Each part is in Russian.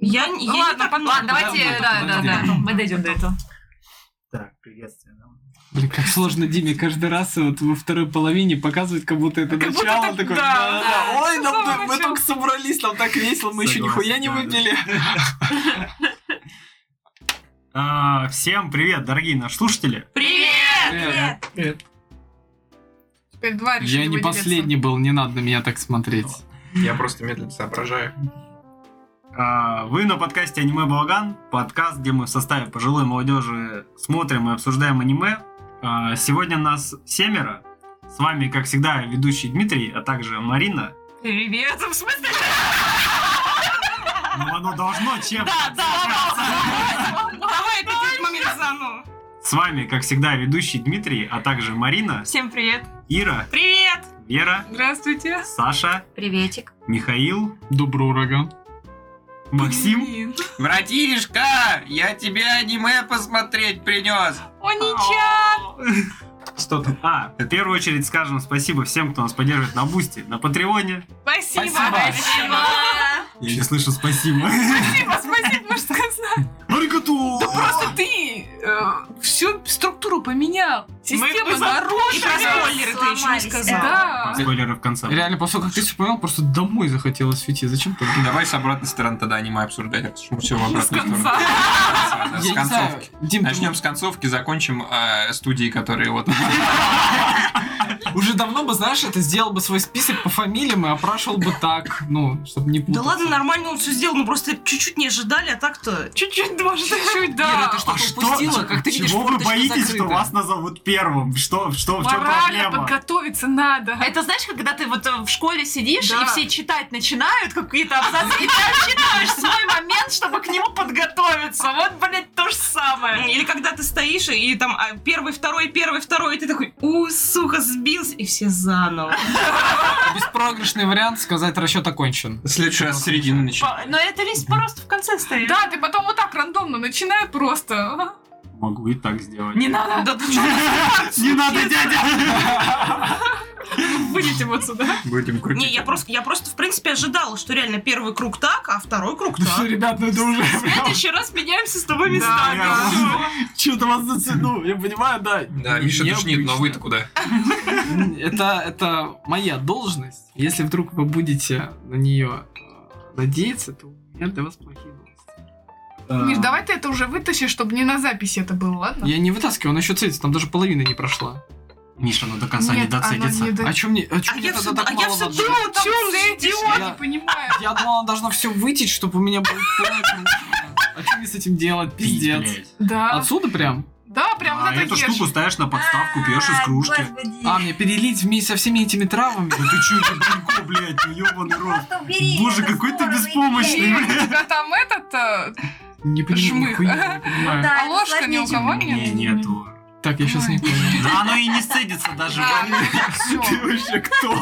Я, не- я не Ну, ладно, так потом, много, давайте, мы да, потом да, дойдем. да. Мы дойдем до этого. Так, приветствие. нам. Блин, как сложно Диме каждый раз вот во второй половине показывать, как будто это Как будто начало. это- такое, да, «Да, да, да, Ой, это нам самое так- мы начало». только собрались, нам так весело, мы еще Согласен, нихуя не да. выпили. А, Всем привет, дорогие наши слушатели. Привет! Э, Теперь два решили Я не выделиться. последний был, не надо на меня так смотреть. Я просто медленно соображаю. А, Вы на подкасте Аниме Балаган, подкаст, где мы в составе пожилой молодежи смотрим и обсуждаем аниме. А, Сегодня нас семеро. С вами, как всегда, ведущий Дмитрий, а также Марина. Привет! В смысле? Ну, оно должно чем Да, да, да, Ну, да. Давай опять типа этот момент заново. С вами, как всегда, ведущий Дмитрий, а также Марина, Всем привет! Ира, Привет! Вера, Здравствуйте! Саша, Приветик. Михаил, Добрый ураган. Максим. Блин. Братишка, я тебе аниме посмотреть принес. Онича! Что там? А, в первую очередь скажем спасибо всем, кто нас поддерживает на Бусти, на Патреоне. Спасибо! Спасибо. Я не слышу спасибо. Спасибо, спасибо, можно сказать. Аригато! Просто ты э, всю структуру поменял. Система И про нарушена. спойлеры ты еще не Сломались, сказала. Да. А, Спойлеры в конце. Реально, после того, как ты вспоминал, просто домой захотелось идти. Зачем ты? Давай с обратной стороны тогда аниме обсуждать. раз уж мы всё в С обратную сторону. конца. Да, Я С не знаю, концовки. Дим, ты Начнем с концовки, закончим э, студии, которые вот... уже давно бы, знаешь, это сделал бы свой список по фамилиям и опрашивал бы так, ну, чтобы не Да путаться. ладно, нормально он все сделал, но просто чуть-чуть не ожидали, а так-то... Чуть-чуть, может, чуть-чуть, Ира, да. ты что-то упустила? Как ты видишь, а Чего вы форточка боитесь, что закрыта. вас назовут первым? Что, что, в чем Морально проблема? подготовиться надо. Это знаешь, когда ты вот э, в школе сидишь, Да. и все читать начинают какие-то абзацы, и ты отчитываешь свой момент, чтобы к нему подготовиться. Вот, блядь, то же самое. Или когда ты стоишь, и там а, первый, второй, первый, второй, и ты такой, у, сука, сбился, и все заново. Беспроигрышный вариант сказать расчет окончен. В следующий раз с середины По- начинаем. Но это лишь просто в конце стоит. Да, ты потом вот так рандомно начинай просто. Могу и так сделать. Не надо. Да ты чё? Не надо, дядя! Выйдите вот сюда. Будем крутить. Не, я просто, я просто, в принципе, ожидала, что реально первый круг так, а второй круг Ну что, так. ребят, ну это уже... В следующий раз меняемся с тобой Да, местами. я- Что-то вас зацену, я понимаю, да. Да, Миша душнит, но вы-то куда? Это, это моя должность. Если вдруг вы будете на нее надеяться, то у меня для вас плохие новости. Миш, давай ты это уже вытащишь, чтобы не на записи это было, ладно? Я не вытаскиваю, она еще цедится, там даже половина не прошла. Миша, ну до конца не Нет, доцедится. оно не до- А чё мне, а чё А мне я тогда всё- так а я мало всё воду? думала, Там Чё ты сидишь? идиот, Я- не понимаю. Я думал, она должна все вытечь, чтобы у меня был полный круг. А что мне с этим делать, Пить, пиздец? блядь. Да, Отсюда прям? да, прям А вот это эту штуку ешь. ставишь на подставку, пьешь из кружки. А, мне перелить вместе со всеми этими травами? Да ты чё, это далеко, блядь, ну ёбаный рот. Боже, какой ты беспомощный, И у блядь. тебя там этот... э, Не понимаю, Жмых. нихуя не понимаю. А ложка ни у кого Не, нет? нету. Так, я сейчас не понял. Да оно и не сцедится даже. Да, ну, всё. вообще кто?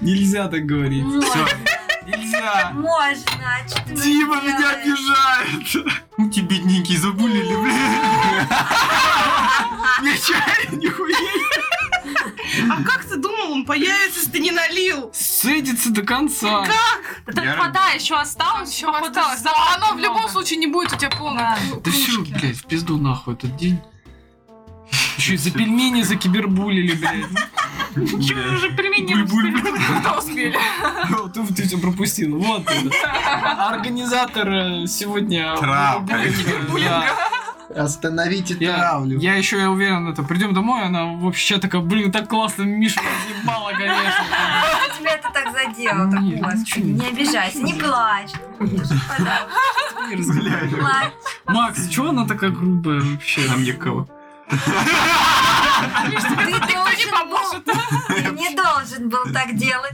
Нельзя так говорить. Все, Нельзя. Можно, а что ты Дима мне меня делаешь? обижает. Ну тебе, бедненький, забулили, блядь. Ничего, нихуя. А как ты думал, он появится, если ты не налил? Садится до конца. Так вода еще осталась, Еще походу, осталось. Да, очень оно в любом много. случае не будет у тебя полное. Да. Да все, блядь, в пизду нахуй этот день. Еще и за пельмени закибербулили, блядь. Чего уже применили? Буль-буль, успели? Когда успели? Вот Ты, ты все пропустил. Вот он. Организатор э, сегодня... Трав. Да. Остановите Я, травлю. я еще я уверен, это придем домой, она вообще такая, блин, так классно, Миша разъебала, конечно. А Тебя это так задело, так Нет, господи. ничего не- Не обижайся, не плачь. Пожалуйста, Не разговаривай. не плачь. Макс, чего она такая грубая вообще? Нам некого. Ты должен был- ты не должен был так делать.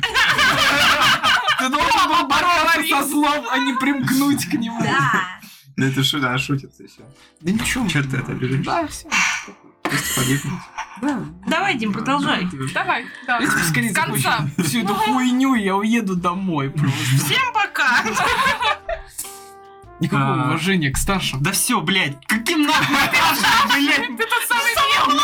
Ты должен был бороться со злом, а не примкнуть к нему. Да. Да это шутка, она шутится еще. Да ничего. Че ты это бежишь? Да, все. Просто погибнуть. Давай, Дим, продолжай. Давай, да. Если ты скорее С конца. закончишь всю эту хуйню, я уеду домой просто. Всем пока. Никакого А. уважения к старшим. Да все, блядь, каким нахуй ты, блядь? Ты тот самый дьявол.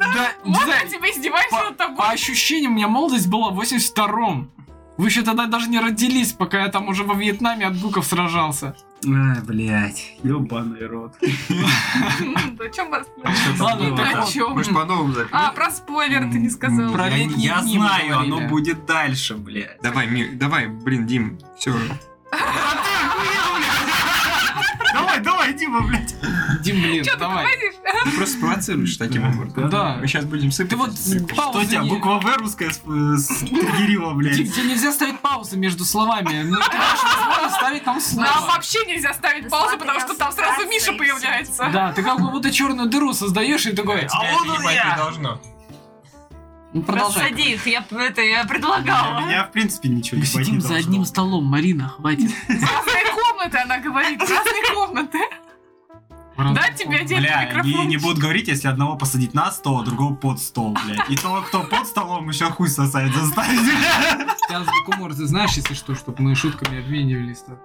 Да, А не Вот я знаю, тебя издеваюсь по- над тобой. по ощущениям, у меня молодость была в 82-м. Вы еще тогда даже не родились, пока я там уже во Вьетнаме от гуков сражался. Ай, блядь, ебаный рот. О чем вас? Что там Ладно, было? так О вот. чём? Мы ж по новому запишем. А, про спойлер ты не сказал. Про Я, летние я дни мы знаю, говорили. оно будет дальше, блядь. Давай, Ми- давай, блин, Дим, все. Давай, давай, Дима, блядь. Дим, блин, Чё ты давай. говоришь? Ты просто спровоцируешь таким образом. Да. Мы сейчас будем сыпать. Ты вот Что А у паузы тебя, не- буква В русская сп- стригерила, Дим, блядь? тебе нельзя ставить паузы между словами. Ну, ты даешь возможность ставить там Нам слово. вообще нельзя ставить Да паузу, смотри, потому что там сразу ассоциации Миша и всё. появляется. Да, ты как будто черную дыру создаешь и такой. «А, А он я! должно. ну, Продолжай. Рассади их, я, это, я предлагала. Меня, в принципе, ничего Мы не пойти сидим за должно. одним столом, Марина, хватит. Разные комнаты, она говорит. Разные комнаты. Да, тебе отдельный Бля, не, микрофон. не будут говорить, если одного посадить на стол, а другого под стол, блядь. И того, кто под столом, еще хуй сосать заставить, блядь. Сейчас гумор, ты знаешь, если что, чтобы мы шутками обменивались. так.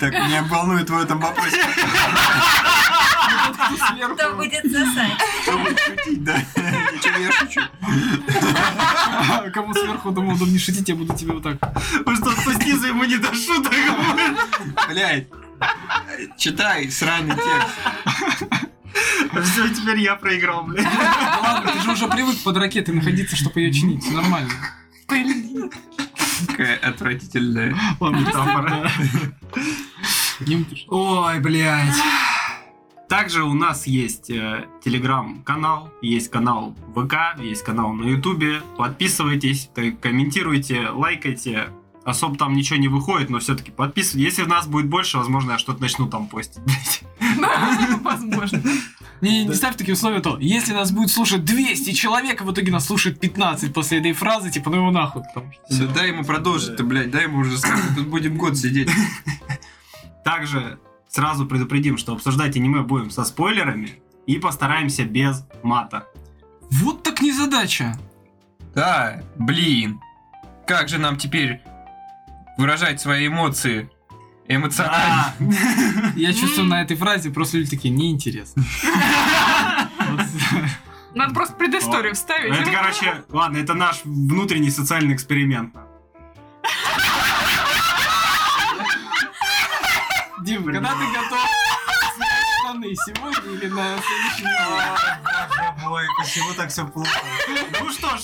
Так, меня волнует в этом вопросе. Кто будет сосать? Кто будет шутить, да? Ничего, я шучу. Кому сверху думал, удобнее шутить, я буду тебе вот так. Потому что кто снизу ему не до шуток, блядь. Блядь. Читай сраный текст. Все, теперь я проиграл, блядь. Да Ну ладно, ты же уже привык под ракетой находиться, чтобы ее чинить. Всё Нормально. Какая отвратительная. Метафора. Дим, ты ж- Ой, блядь. Также у нас есть э, телеграм-канал, есть канал ВК, есть канал на Ютубе. Подписывайтесь, к- комментируйте, лайкайте. Особо там ничего не выходит, но все-таки подписывайтесь. Если нас будет больше, возможно, я что-то начну там постить. блядь. Возможно. Не, не ставь такие условия, а то если нас будет слушать 200 человек, а в итоге нас слушает 15 после этой фразы, типа, ну его нахуй. Там. Всё, Дай ему продолжить-то, блядь, дай ему уже сказать. Тут будем год сидеть. Также сразу предупредим, что обсуждать аниме будем со спойлерами и постараемся без мата. Вот так незадача. Да, блин. Как же нам теперь выражать свои эмоции эмоционально? Да. Я чувствую, на этой фразе просто люди такие, неинтересно. Вот. Надо просто предысторию вставить. Ну, Это, короче, ладно, это наш внутренний социальный эксперимент. Дим, когда ты готов снять штаны? Сегодня или на следующей неделе? Ой, почему так все плохо? Ну что ж,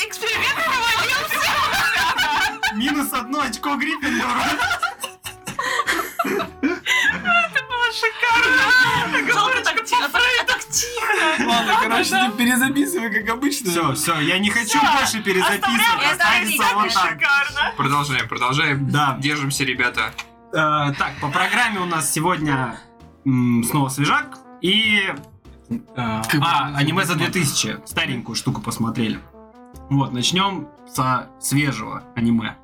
Эксперимент провалился. минус одно очко Гриффиндора. Жалко так тихо, так Ладно, короче, ты перезаписывай, как обычно. Все, все, я не хочу больше перезаписывать. Оставляем, Останется оставляем, вот так. Продолжаем, продолжаем. Да. Держимся, ребята. Э, Так, по программе у нас сегодня м, снова свежак и... э, бы А, называется? аниме за 2000. Старенькую штуку посмотрели. Вот, начнем со свежего аниме.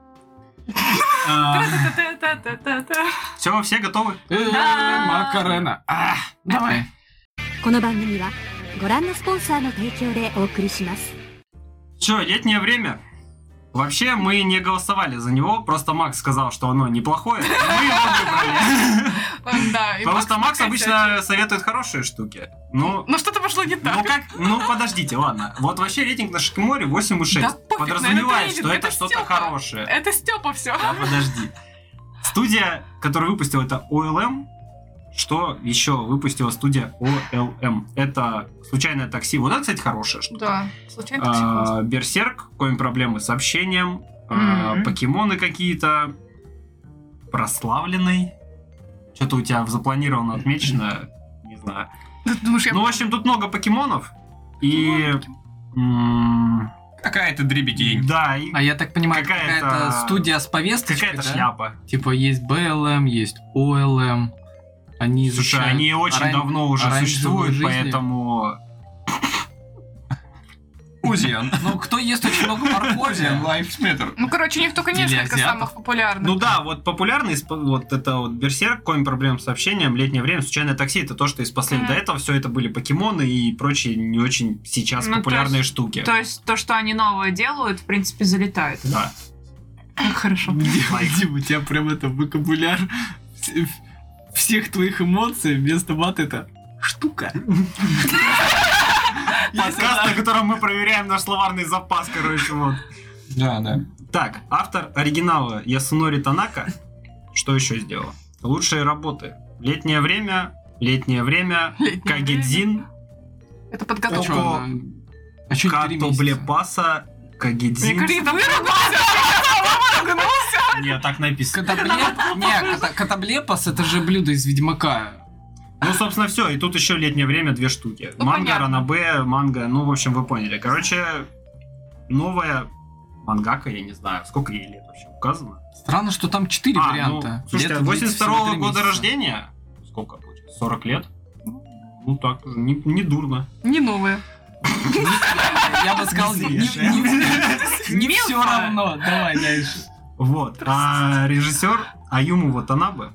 Та-та-та-та-та-та. Все, все готовы? Э, Макарена. А, Давай. この番組はご覧のスポンサーの提供でお送りします。 Че, летнее время? Вообще, мы не голосовали за него, просто Макс сказал, что оно неплохое, и мы его выбрали. Да, и Потому Макс что Макс такая обычно советует хорошие штуки. Ну, Ну что-то пошло не ну так. как, ну подождите, ладно. Вот вообще рейтинг на Шикиморе 8,6. Да пофиг, наверное, это Подразумевает, рейтинг, что это это что-то Стёпа. хорошее. Это Степа все. Да, подожди. Студия, которая выпустила это OLM, что еще выпустила студия OLM? Это случайное такси. Вот это, кстати, хорошее. штука. Да, случайно так всё А, Берсерк, коим проблемы с общением, а, Мгм. покемоны какие-то, прославленный. Что-то у тебя в запланировано отмечено, не знаю. получилось. Ты думаешь, я... Ну, в общем, тут много покемонов. Ну, И... м, Какая-то дребедень. Да, и А я так понимаю, Какая-то- какая-то студия с повесткой, какая-то шляпа. Типа есть БЛМ, есть ОЛМ. Они Слушай, изучают... они очень оран- давно уже оранжевую существуют, жизнь. поэтому... Узиан. Ну, кто ест очень много моркови? Узиан Лайфсметр. Ну, короче, у них только Или несколько азиатов. самых популярных. Ну да, вот популярный, исп- вот это вот Берсерк, коим проблем с общением, летнее время, случайное такси, это то, что из последних. Мгм. До этого все это были покемоны и прочие не очень сейчас Ну, то популярные есть- штуки. То есть то, что они новое делают, в принципе, залетает. Да. Хорошо. Дим, Дим, у тебя прям это вокабуляр вс- всех твоих эмоций вместо мат это штука. Подкаст, на котором мы проверяем наш словарный запас, короче, вот. Да, да. Так, автор оригинала Ясунори Танака. Что еще сделал? Лучшие работы. Летнее время, летнее время, Кагедзин, Это А подготовка. чё, Око. она- А чё не три Като месяца? Блепаса, Мне Кагедзин. говорит, выругался, выругался. Нет, так написано. Котоблеп... Не, кота- котоблепас это же блюдо из Ведьмака. Ну, собственно, все. И тут еще летнее время две штуки. Ну, манга, понятно. ранобе, манга. Ну, в общем, вы поняли. Короче, новая мангака, я не знаю, сколько ей лет вообще указано. Странно, что там четыре А, варианта. ну, слушайте, Лето длится всего 82 три года месяца. рождения, сколько получается, 40 лет? Ну, так, не, не дурно. Не новые. Я бы сказал, не, Свежая. все равно. Давай дальше. Вот. А режиссер Аюму Ватанабе.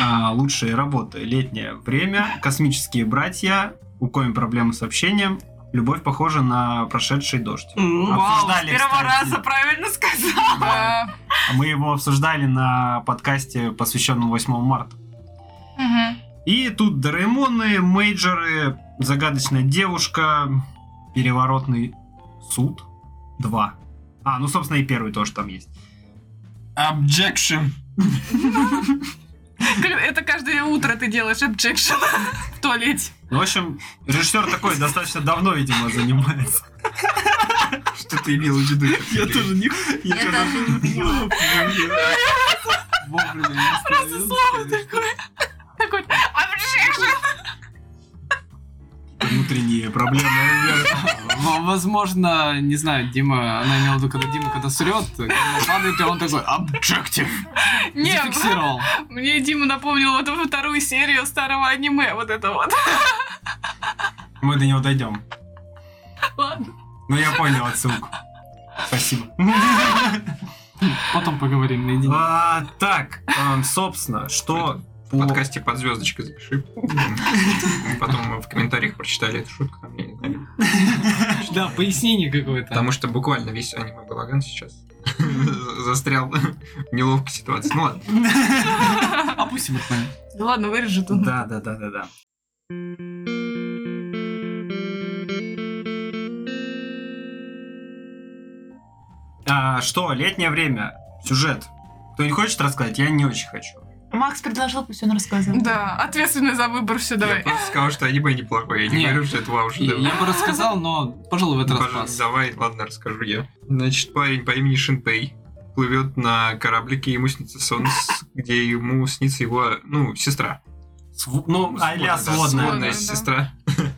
А, лучшие работы. Летнее время. Космические братья. У коим проблемы с общением. Любовь похожа на прошедший дождь. М, Вау, с Обсуждали, первого кстати. раза правильно сказал. Да. Да. А Мы его обсуждали на подкасте, посвященном 8 марта. И тут Дораэмоны, Мейджоры, Загадочная девушка, Переворотный суд. Два. А, ну, собственно, и первый тоже там есть. Objection. Как- Это каждое утро ты делаешь обжекшн в туалете. Ну, в общем, режиссер такой достаточно давно, видимо, занимается. Что ты имел в виду? Я тоже не Я даже не поняла. Просто слово такое. Такой обжекшн. внутренние проблемы. В- Возможно, не знаю, Дима, она имела в виду, когда Дима когда срет, когда падает, и он такой объектив. Не, Зафиксировал. мне Дима напомнил вот эту вторую серию старого аниме, вот это вот. Мы до него дойдем. Ладно. Ну, я понял отсылку. Спасибо. Потом поговорим наедине. А, Так, эм, собственно, что... В по- подкасте под звездочкой запиши. Потом мы в комментариях прочитали эту шутку. там, я не знаю. Да, пояснение какое-то. Потому что буквально весь аниме Балаган сейчас застрял в неловкой ситуации. Ну ладно. Опустим их наверное. Да Ну ладно, вырежу тут. Да, да, да, да, да. А, что, летнее время, сюжет. Кто не хочет рассказать, я не очень хочу. Макс предложил, пусть он рассказывает. Да, ответственный за выбор все Я давай. просто сказал, что аниме неплохое. Я не Нет. говорю, что это вау, что Я я бы рассказал, но, пожалуй, в этот раз Пожалуйста, пас. давай, ладно, расскажу я. Значит, парень по имени Шинпей плывет на кораблике, ему снится сон, с- где ему снится его, ну, сестра. Св- Ну, а-ля да, сводная. Сводная. да. сестра.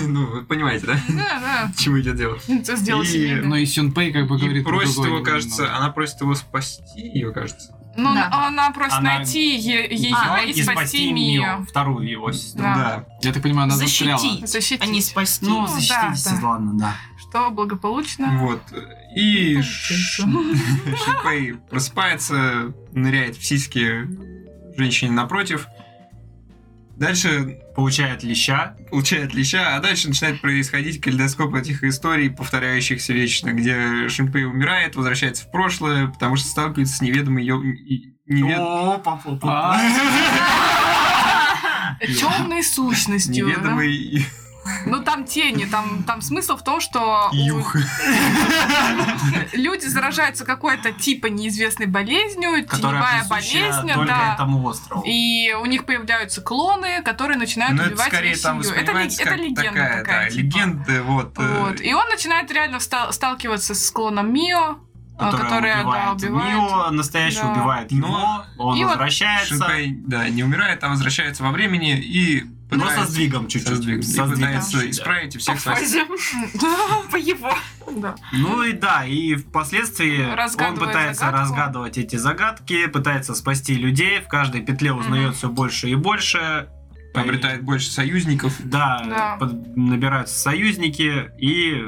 Ну, вы понимаете, да? Да, К чему идет дело. да. Что сделал И- семейный. Но Ну и Сюнпей как бы И говорит... про просит другое его, немного. кажется, она просит его спасти ее, кажется. Ну, Да. она просит Она- найти е- ее А, и спасти Мио, Мию. вторую его сестру. Да. Я так понимаю, она застряла. Защити. Защитить. А не спасти. Ну, Ну, да, защититесь, да. ладно, да. Что благополучно. Вот. И Ну, Ш- Шинпей просыпается, ныряет в сиськи женщине напротив. Дальше Получает леща. получает леща, а дальше начинает происходить калейдоскоп этих историй, повторяющихся вечно, где Шинпей умирает, возвращается в прошлое, потому что сталкивается с неведомой ё- и- невед- О, по- по- по- А, Темной сущностью. да. неведомой и- Ну там тени, там, там смысл в том, что у- юг. люди заражаются какой-то типа неизвестной болезнью, которая теневая присуща болезнь, только да. этому острову. И у них появляются клоны, которые начинают Но Ну, это убивать скорее весь там ее. Это, ли- воспринимается это как легенда такая, такая. да, типа. легенда, вот. э, Вот. И он начинает реально вста- сталкиваться с клоном Мио, а, которая, да, убивает. Мио настоящий Да. убивает его, Но- он И вот возвращается, Шинпей, да, не умирает, а возвращается во времени и но ну, со пытается- сдвигом чуть-чуть. со сдвигом. со И сдвигом пытается чуть-чуть, да. исправить и По всех спасти. фазе. По его. Да. Ну и да, и впоследствии он Разгадывает пытается загадку. разгадывать эти загадки, пытается спасти людей, в каждой петле узнает Мгм. все больше и больше. Обретает больше союзников. Да, Да. под- набираются союзники и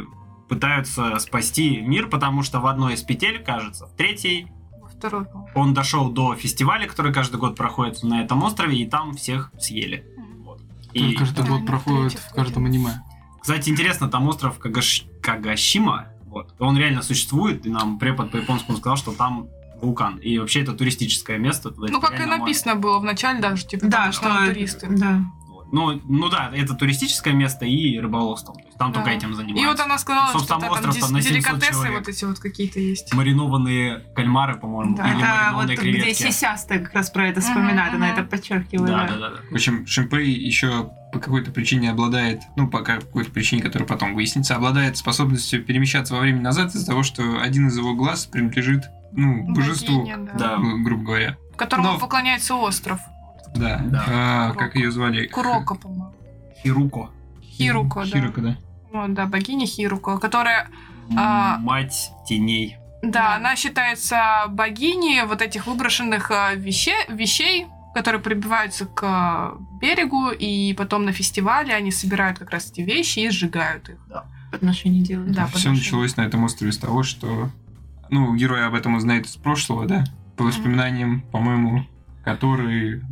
пытаются спасти мир, потому что в одной из петель, кажется, в третьей, Второй, по-моему. он дошел до фестиваля, который каждый год проходит на этом острове, и там всех съели. Мгм. Вот. Который И, каждый Да, год они проходит третий в каждом аниме. кстати, интересно, там остров Кагаш- Кагашима, вот, он реально существует, и нам препод по японскому сказал, что там вулкан, и вообще это туристическое место. туда Ну, как и реально можно- написано было в начале даже, Да, типа, э, потому что что там туристы. Да. Вот. Ну, ну да, это туристическое место и рыболовство. То есть Там Да. только этим занимаются. И вот она сказала, Собственно, что там там остров, там на дес- 700 деликатесы человек. вот эти вот какие-то есть. Маринованные кальмары, по-моему, Да. или Это вот маринованные где креветки. сисястая как раз про это Мгм, вспоминает, она мгм. это подчеркивает. да, да. да, да, да. В общем, Шимпей еще по какой-то причине обладает, ну, по какой-то причине, которая потом выяснится, обладает способностью перемещаться во времени назад из-за того, что один из его глаз принадлежит, ну, божеству, Богиня, да. Да. ну, грубо говоря. Которому Но- поклоняется остров. Да. Да. А, Куроко. как ее звали? Куроко, по-моему. Хируко. Хируко, да. Хируко, да. Вот, да, богиня Хируко, которая А. М, Мать теней. Да, она считается богиней вот этих выброшенных э, веще- вещей, которые прибиваются к э, берегу, и потом на фестивале они собирают как раз эти вещи и сжигают их. Отношения делают. Да, Все потому что- началось на этом острове с того, что, ну, герой об этом узнает из прошлого, да, по воспоминаниям, по-моему, которые...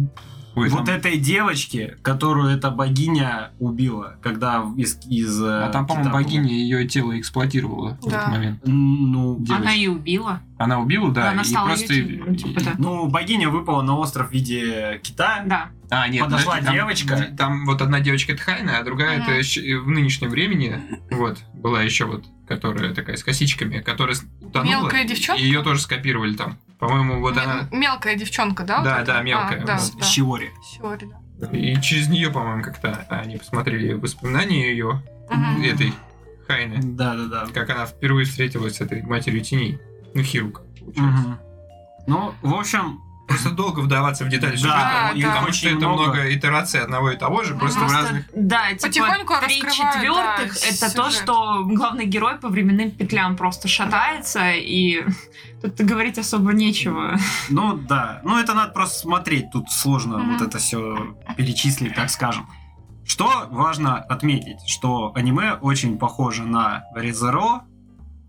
Ой, Вот там- этой девочки, которую эта богиня убила, когда из... из э, А там, по-моему, кита была. богиня ее тело эксплуатировала в Да. этот момент. М, Ну, Девочка. Она и убила. Она убила, да, она и стала просто... её телом, типа, да. ну, богиня выпала на остров в виде кита. Да. А, нет, Подошла подожди, там- девочка. Там, вот одна девочка это Хайна, а другая это щ- в нынешнем времени. Вот, была еще вот, которая такая с косичками, которая с- утонула. Мелкая девчонка? Ее тоже скопировали там. По-моему, вот М- она. Мелкая девчонка, да? вот Да, эта? да, мелкая, А, да, вот. да. Щиори. Щёри, да. И через нее, по-моему, как-то они посмотрели воспоминания ее, Мгм. этой Хайны, Да, да, да. как она впервые встретилась с этой матерью теней. Ну, Хирук. Мгм. Ну, в общем, Просто долго вдаваться в детали Да, сюжета, да. потому что Очень это много. много итераций одного и того же, просто в Просто, разных Да, типа Потихоньку три раскрывают, четвертых да, это то, сюжет. что главный герой по временным петлям просто шатается, и тут говорить особо нечего. ну да. Ну, это надо просто смотреть. Тут сложно Мгм. вот это все перечислить, так скажем. Что важно отметить, что аниме очень похоже на Резеро,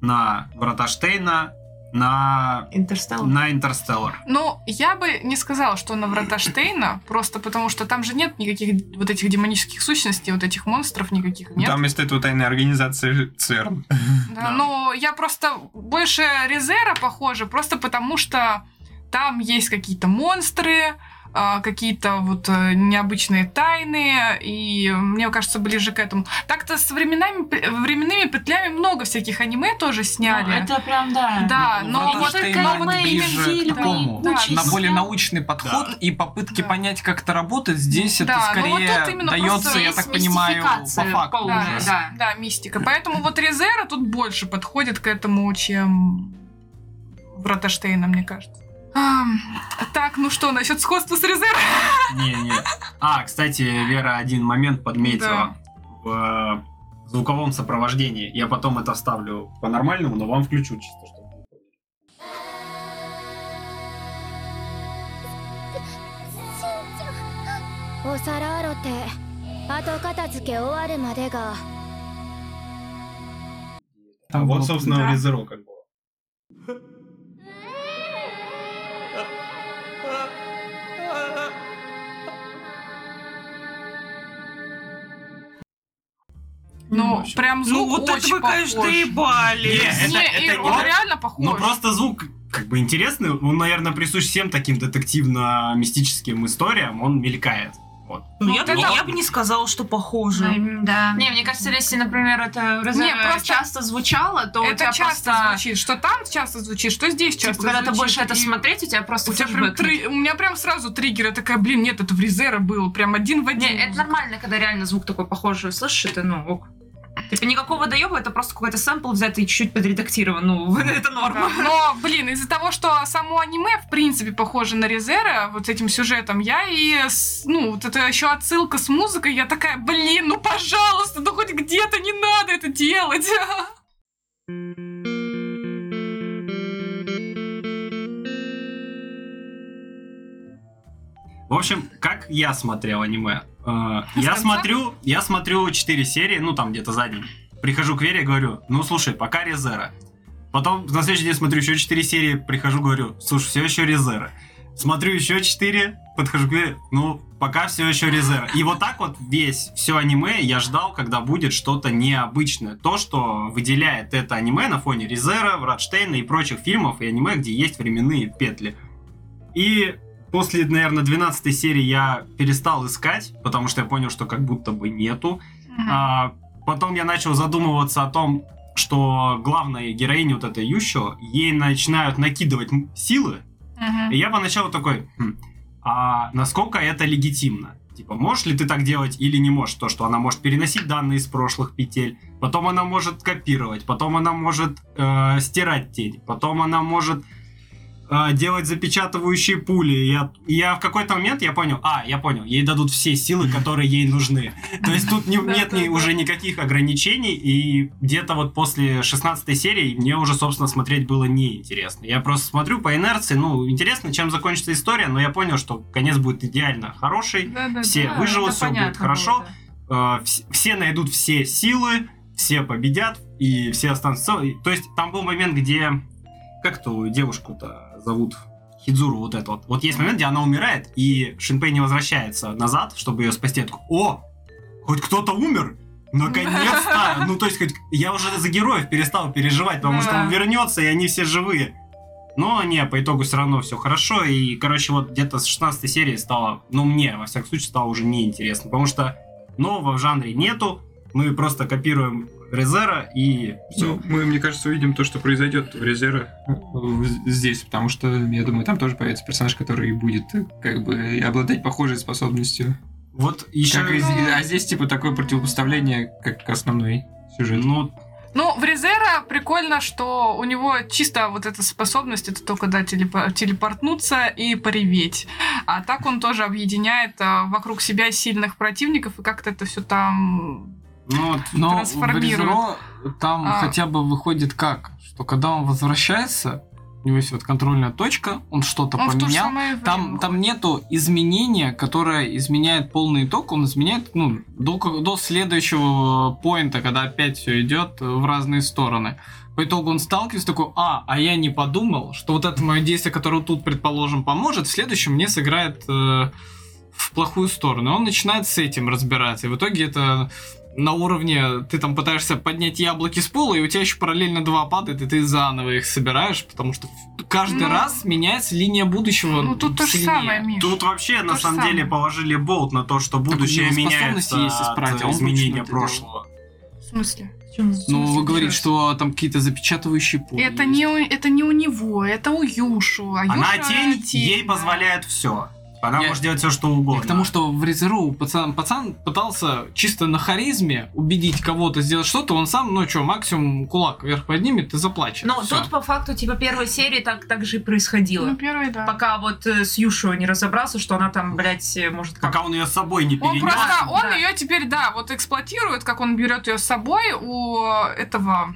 на Врата Штейна, на, Интерстеллар. на Интерстеллар. Ну, я бы не сказала, что на врата Штейна, просто потому что там же нет никаких вот этих демонических сущностей, вот этих монстров никаких нет. Там вместо этого тайная организация ЦЕРН. Да, Да. но я просто больше Резера похожа, просто потому что там есть какие-то монстры, а, какие-то вот э, необычные тайны, и мне кажется, ближе к этому. Так-то с временами, п- временными петлями много всяких аниме тоже сняли. Ну, это прям, да. Да, Ну, но «Врата вот, Штейна» но вот ближе именно- к фильмы, такому, да, на да. более научный подход и попытки Да. понять, как это работает. Здесь это Да, ну вот скорее тут именно дается, просто я есть так понимаю, по мистификация факту. полная, уже. да. Да, мистика. Поэтому вот Резера тут больше подходит к этому, чем Врата Штейна, мне кажется. Ам, Так, ну что, насчет сходства с Резера? Не, не. А, кстати, Вера один момент подметила в э, звуковом сопровождении. Я потом это вставлю по-нормальному, но вам включу чисто, чтобы вы поняли. お皿洗って後片付け終わるまでが Там вот, было- собственно, да. Резеро как было. Ну, Вообще. прям Ну звук вот это очень вы, конечно, похож. доебали. Не, Не, Это- и это он не- реально похож. Ну, просто звук как бы интересный. Он, наверное, присущ всем таким детективно-мистическим историям. Он мелькает. Вот. Ну, Ну, я, вот бы, это- я бы не сказала, что похоже. Да. Не, мне кажется, если, например, это Не, Резерва просто- часто звучало, то у тебя это часто просто... звучит. Что там часто звучит, что здесь типа, часто когда звучит. ты больше это и смотреть, у тебя просто У, тебя прям флешбэк. три- у меня прям сразу триггер. Я такая, блин, нет, это в Резера был. Прям один в один. Не, это нормально, когда реально звук такой похожий слышишь, и ты, ну, ок. Типа никакого доеба, это просто какой-то сэмпл взятый и чуть-чуть подредактирован. Ну, это Да, норма. Но, блин, из-за того, что само аниме, в принципе, похоже на Резера, вот с этим сюжетом, я и, с- ну, вот это еще отсылка с музыкой, я такая, блин, ну, пожалуйста, ну, хоть где-то не надо это делать. В общем, как я смотрел аниме? Э, Я конца? смотрю, я смотрю 4 серии, ну там где-то за день. Прихожу к Вере, говорю, ну слушай, пока Резера. Потом на следующий день смотрю еще 4 серии, прихожу, говорю, слушай, все еще Резера. Смотрю еще 4, подхожу к Вере, ну пока все еще Резера. И вот так вот весь, все аниме я ждал, когда будет что-то необычное. То, что выделяет это аниме на фоне Резера, Вратштейна и прочих фильмов и аниме, где есть временные петли. И после, наверное, 12 серии я перестал искать, потому что я понял, что как будто бы нету. Мгм. А, потом я начал задумываться о том, что главная героиня вот этой Ющо, ей начинают накидывать м- силы. Мгм. И я поначалу такой, «Хм, а насколько это легитимно? Типа, можешь ли ты так делать или не можешь? То, что она может переносить данные из прошлых петель, потом она может копировать, потом она может э, стирать тень, потом она может э, делать запечатывающие пули. Я, я в какой-то момент я понял, а, я понял, ей дадут все силы, которые ей нужны. То есть тут не- Да, нет да, ни- да. уже никаких ограничений, и где-то вот после 16 серии мне уже, собственно, смотреть было неинтересно. Я просто смотрю по инерции, ну, интересно, чем закончится история, но я понял, что конец будет идеально хороший, Да-да-да. все выживут, это все будет понятно хорошо, было, да. э, вс- все найдут все силы, все победят, и все останутся... целы. То есть там был момент, где... Как ту девушку-то зовут? Хидзуру вот эту вот. Вот есть момент, где она умирает, и Шинпей не возвращается назад, чтобы ее спасти. Я такой, О! Хоть кто-то умер! Наконец-то! Ну, то есть, хоть я уже за героев перестал переживать, потому что Да. он вернется, и они все живые. Но не, по итогу все равно все хорошо. И, короче, вот где-то с 16 серии стало, ну, мне, во всяком случае, стало уже неинтересно. Потому что нового в жанре нету. Мы просто копируем Резера и все. Ну, мы, мне кажется, увидим то, что произойдет в резерве здесь, потому что, я думаю, там тоже появится персонаж, который будет э, как бы обладать похожей способностью. Вот еще... Как и зи- а здесь типа такое противопоставление, как основной сюжет. Ну, Ну, в Резера прикольно, что у него чисто вот эта способность, это только, да, телепо- телепортнуться и пореветь. А так он тоже объединяет а, вокруг себя сильных противников, и как-то это все там... ну, вот Но в Трансформирует. Резеро там А. хотя бы выходит как? Что когда он возвращается, у него есть вот контрольная точка, он что-то он в то же поменял. самое время Там, там нету изменения, которое изменяет полный итог, он изменяет ну, до, ка- до следующего поинта, когда опять все идет в разные стороны. По итогу он сталкивается такой, а, а я не подумал, что вот это мое действие, которое тут, предположим, поможет, в следующем мне сыграет э, в плохую сторону. И Он начинает с этим разбираться, и в итоге это на уровне, ты там пытаешься поднять яблоки с пола, и у тебя еще параллельно два падает, и ты заново их собираешь, потому что каждый Ну. раз меняется линия будущего. Ну, тут то же сильнее. самое, Миш. Тут вообще, на же самом самое. деле, положили болт на то, что у будущее него меняется способности есть исправить, от э, а он вручную изменения это прошлого. В смысле? Ну, вы говорите, Сейчас. что там какие-то запечатывающие пули. Это есть. не, у, это не у него, это у Юшу. А Она Юша тень, ей да. позволяет все. Она Я- может делать все, что И угодно. к тому, что в Резеру пацан, пацан пытался чисто на харизме убедить кого-то сделать что-то, он сам, ну что, максимум кулак вверх поднимет и заплачет. Ну, Всё. тут по факту, типа, первой серии так, так же и происходило. Ну, первый, да. Пока вот э, с Юшио не разобрался, что она там, блядь, э, может как... Пока он ее с собой не Он перенес. просто, он да. ее теперь, да, вот эксплуатирует, как он берет ее с собой у этого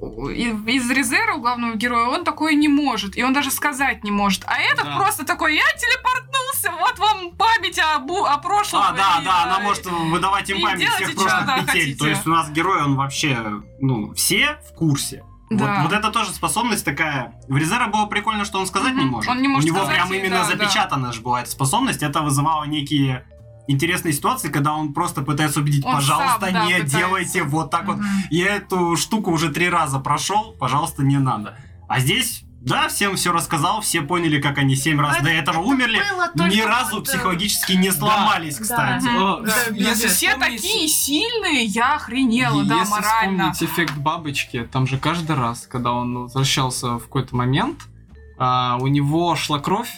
у- и- из резерва у главного героя, он такое не может, и он даже сказать не может. А этот Да. просто такой, я телепортнулся, вот вам память о, бу- о прошлом. А, да, и, да, э, она может выдавать им и память делайте, всех чё прошлых она петель. хотите. То есть у нас герой, он вообще, ну, все в курсе. Вот- Да. Вот, это тоже способность такая. В Резера было прикольно, что он сказать не Мгм. может. Он не может У него сказать, прям и именно да, да. запечатана же была эта способность. Это вызывало некие интересные ситуации, когда он просто пытается убедить, Он пожалуйста, сам, да, не пытается. делайте вот так вот. Мгм. Я эту штуку уже три раза прошел, пожалуйста, не надо. А здесь, да, всем все рассказал, все поняли, как они семь раз Ну, Это- до этого умерли. Было только Ни разу вот, э, психологически не сломались, Да. кстати. Мгм. О, Да, если пиздец. Все вспомнить- такие сильные, я охренела, да, Если морально. вспомнить эффект бабочки, там же каждый раз, когда он возвращался в какой-то момент, а, у него шла кровь,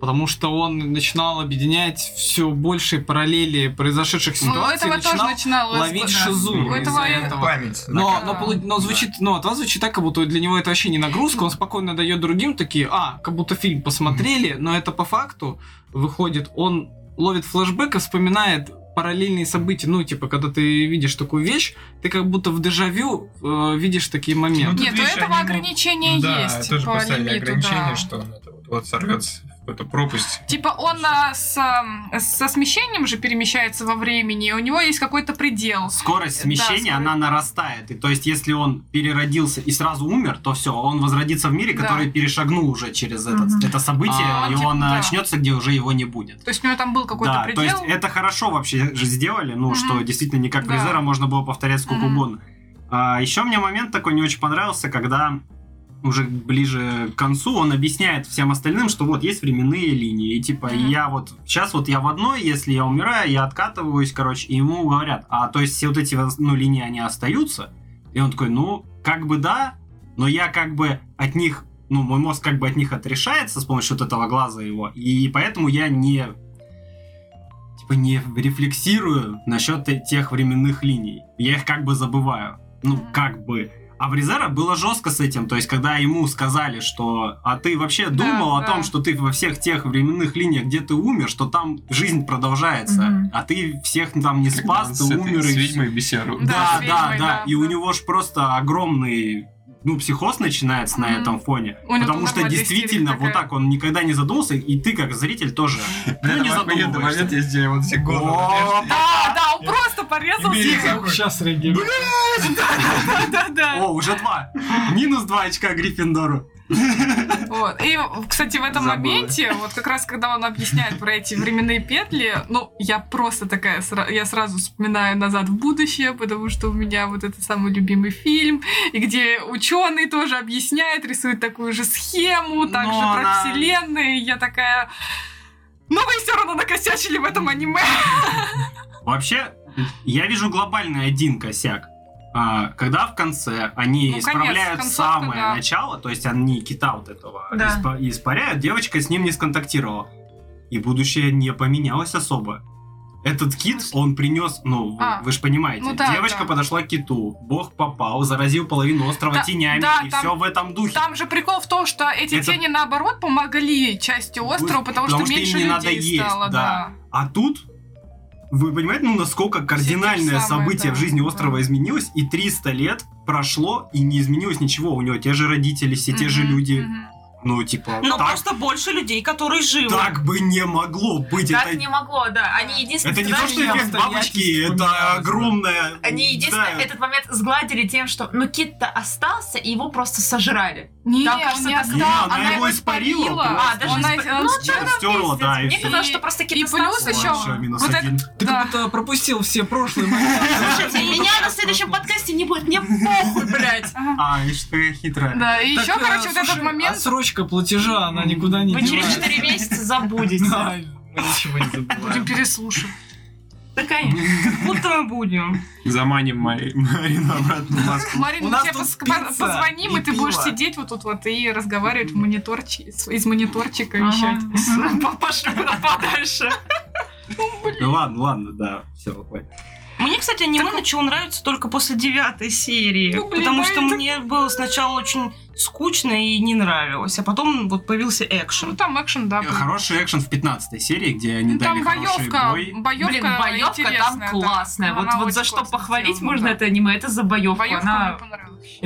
потому что он начинал объединять все больше параллели произошедших Ну, у ситуаций, этого тоже начинал начиналось. ловить да. шизу. У из-за этого и- этого. Память. Но, Да. но, полу- но звучит, ну, от вас звучит так, как будто для него это вообще не нагрузка, он спокойно дает другим такие, а, как будто фильм посмотрели, но это по факту выходит, он ловит флешбэк и вспоминает параллельные события, ну, типа, когда ты видишь такую вещь, ты как будто в дежавю э, видишь такие моменты. Ну, Нет, у Видишь, этого они мог- ограничения есть по лимиту, да. что он это вот, вот сорвется в какую-то пропасть. Типа он а, с, а, со смещением же перемещается во времени, и у него есть какой-то предел. Скорость Да, смещения, скорость. она нарастает. И то есть, если он переродился и сразу умер, то все, он возродится в мире, Да. который перешагнул уже через этот, Мгм. это событие, А, и типа, он да. очнется, где уже его не будет. То есть у него там был какой-то да, предел. то есть это хорошо вообще же сделали, ну, Мгм. что действительно не как Да. Резера можно было повторять сколько А, Мгм. угодно. еще мне момент такой не очень понравился, когда уже ближе к концу, он объясняет всем остальным, что вот есть временные линии. И типа, Мгм. я вот сейчас вот я в одной, если я умираю, я откатываюсь, короче, и ему говорят, а то есть все вот эти ну, линии, они остаются. И он такой, ну, как бы да, но я как бы от них, ну, мой мозг как бы от них отрешается с помощью вот этого глаза его, и поэтому я не, типа, не рефлексирую насчет те- тех временных линий. Я их как бы забываю. Ну, Мгм. как бы. А в Резера было жестко с этим, то есть когда ему сказали, что «А ты вообще думал о да. том, что ты во всех тех временных линиях, где ты умер, что там жизнь продолжается, Мгм. а ты всех там не Как спас, он с ты этой- умер». С и ведьмой беседу. Да, да, с ведьмой, да, да, да. И у него ж просто огромный ну, психоз начинается на Мгм. этом фоне. У него потому там что нормальная действительно, истерика вот такая. так он никогда не задумался, и ты, как зритель, тоже. Бля, Ну, не там охуенный момент задумываешься. есть, где вот все годы. О, вот, знаешь, Да, да, он просто порезал И бери всех. такой. Сейчас реагирую. Ну, Да, да, да. О, уже два. Минус два очка Гриффиндору. Вот. И, кстати, в этом Забыла. моменте, вот как раз когда он объясняет про эти временные петли, ну, я просто такая, сра- я сразу вспоминаю назад в будущее, потому что у меня вот это самый любимый фильм, и где ученый тоже объясняет, рисует такую же схему, также Но про она- вселенные, и я такая... Ну, вы все равно накосячили в этом аниме. Вообще, я вижу глобальный один косяк. А, когда в конце они Ну, конец, исправляют концовка, самое да. начало, то есть они кита вот этого Да. испа- испаряют, девочка с ним не сконтактировала. И будущее не поменялось особо. Этот кит, он принес, ну, вы- А. вы же понимаете, Ну да, девочка да. подошла к киту, бог попал, заразил половину острова Да, тенями, да, и там- все в этом духе. Там же прикол в том, что эти Это- тени, наоборот, помогли части острова, потому, потому что что им меньше не людей надо есть, стало, да. да. А тут, вы понимаете, ну, насколько кардинальное те же самые, событие да, в жизни да. острова изменилось, и 300 лет прошло, и не изменилось ничего. У него те же родители, все те же Мгм, люди. мгм. Ну, типа, Но так, просто больше людей, которые живы. так бы не могло быть. Так это не могло, да. Они единственное... это не то, знаешь, что эффект обстоятельства бабочки, это поменялось, огромное... Они единственное да. этот момент сгладили тем, что ну кит-то остался, и его просто сожрали. Не, Там, кажется, он не так- остался, Не, она она его его испарила испарила. просто. А, даже Она она исп- она- ну, Она да, стерла, да, и Мне всё. казалось, что просто кит И плюс остался. еще- Ещё минус вот это- один. Ты Да. ну, как будто пропустил все прошлые моменты. Слушайте, меня на следующем подкасте не будет, мне похуй, блядь. А, и что я хитрая. Да, и Так, еще, э, короче, вот этот слушай, момент... Ну, Отсрочка платежа, она никуда не Вы через девается. 4 месяца забудете. Да, мы ничего не Будем забываем. переслушивать. Да, конечно. Будто мы будем. Заманим Мари- Марину обратно в Москву. Марин, У мы нас тебе тут пос- пицца по- позвоним, и и ты пиво. будешь сидеть вот тут вот и разговаривать в мониторчи- из из мониторчика вещать. Ага. Пошли куда подальше. Ну ладно, ладно, да, все, хватит. Мне, кстати, аниме начало нравиться только после девятой серии. Ну, блин, потому ну что это- мне было сначала очень скучно и не нравилось. А потом вот появился Ну экшен. там экшен, да. был. Хороший экшен в 15 серии, где они Ну, дали там хороший боевка, бой. боевка, Блин, боевка интересная, там да. классная. Ну, Вот, она вот за очень что классно похвалить сделана, можно да. это аниме, это за боевку. Боевка мне Она... понравилась.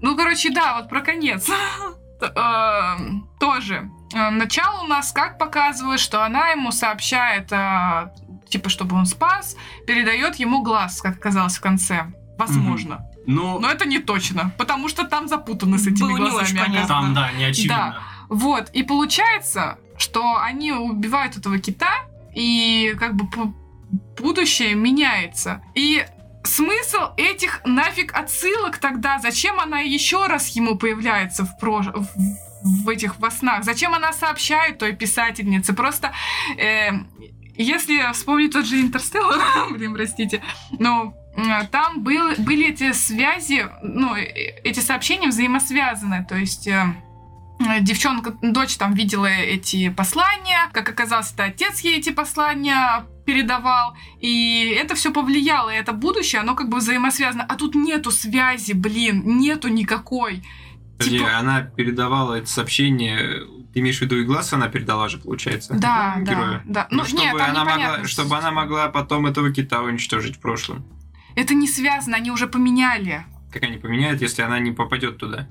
Ну, короче, да, вот про конец. Т- эм, Тоже. Э, Начало у нас как показывают, что она ему сообщает, э, типа, чтобы он спас, передает ему глаз, как оказалось в конце. Возможно. Ну, Но это не точно, потому что там запутано с этими Было не глазами. очень понятно. оказывается. там, да, не очевидно. Да. Вот, и получается, что они убивают этого кита, и как бы пу- будущее меняется. И смысл этих нафиг отсылок тогда, зачем она еще раз ему появляется в прош- в- в этих во снах? Зачем она сообщает той писательнице? Просто э, если вспомнить тот же Интерстеллар, блин, простите, но м, там был, были эти связи, ну, э, эти сообщения взаимосвязаны, то есть... э, э, Девчонка, дочь там видела эти послания, как оказалось, это отец ей эти послания передавал, и это все повлияло, и это будущее, оно как бы взаимосвязано, а тут нету связи, блин, нету никакой. Подожди, Типа- она передавала это сообщение, ты имеешь в виду и глаз она передала же, получается? Да, да, герою. да. Ну, чтобы, нет, там она могла, непонятно. чтобы она могла потом этого кита уничтожить в прошлом. Это не связано, они уже поменяли. Как они поменяют, если она не попадет туда?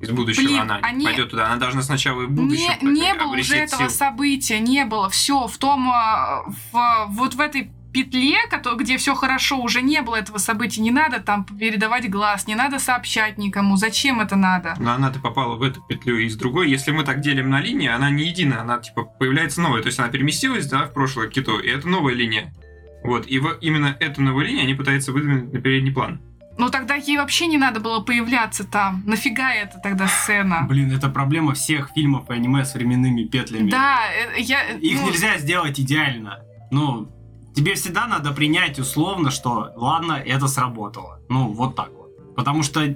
Из будущего Блин, она не они- попадет туда. Она должна сначала и в будущем не, не как-то было обрести уже этого силы. события, не было. Все в том, а, в- вот в этой петле, кото- где все хорошо, уже не было этого события. Не надо там передавать глаз, не надо сообщать никому. Зачем это надо? Но она-то попала в эту петлю и из другой. Если мы так делим на линии, она не единая, она типа появляется новая. То есть она переместилась, да, в прошлое к киту, и это новая линия. Вот, и во- именно эту новую линию они пытаются выдвинуть на передний план. Но Ну, тогда ей вообще не надо было появляться там. Нафига это тогда сцена? Блин, это проблема всех фильмов и аниме с временными петлями. Да, э, я... Их ну, нельзя сделать идеально. Ну, тебе всегда надо принять условно, что ладно, это сработало. Ну, вот так вот. Потому что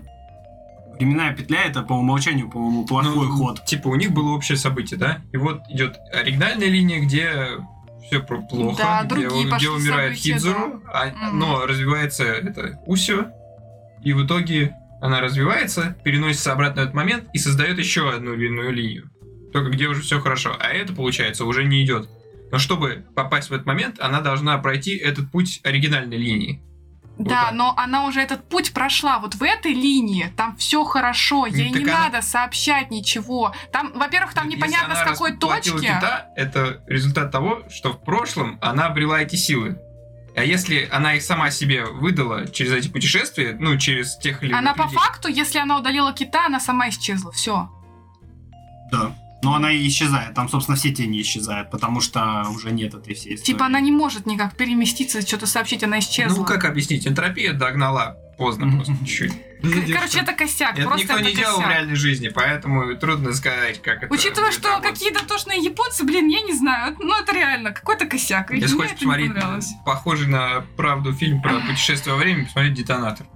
временная петля это по умолчанию, по-моему, плохой Ну, ход. Типа у них было общее событие, да? И вот идет оригинальная линия, где все плохо, Да, где, другие где пошли умирает события, Хидзуру, а- Мгм. но развивается это Усио, и в итоге она развивается, переносится обратно в этот момент и создает еще одну львиную линию. Только где уже все хорошо, а это, получается, уже не идет. Но чтобы попасть в этот момент, она должна пройти этот путь оригинальной линии. Да, так. но она уже этот путь прошла. Вот в этой линии там все хорошо, Ну, ей так не она- надо сообщать ничего. Там, во-первых, там Если непонятно с она какой расплатила точки. кита, это результат того, что в прошлом она обрела эти силы. А если она их сама себе выдала через эти путешествия, ну, через тех или иных Она по людей, факту, если она удалила кита, она сама исчезла. Все. Да. Но она и исчезает. Там, собственно, все тени исчезают, потому что уже нет этой всей истории. Типа она не может никак переместиться, что-то сообщить, она исчезла. Ну, как объяснить? Энтропия догнала поздно просто чуть-чуть. К- Короче, это косяк. Это просто никто это не делал в косяк. реальной жизни, поэтому трудно сказать, как это... Учитывая, будет что работать. какие дотошные японцы, блин, я не знаю. Ну, это реально какой-то косяк. И Если мне хочешь это не посмотреть понравилось. похожий на правду фильм про путешествие во времени, посмотреть «Детонатор».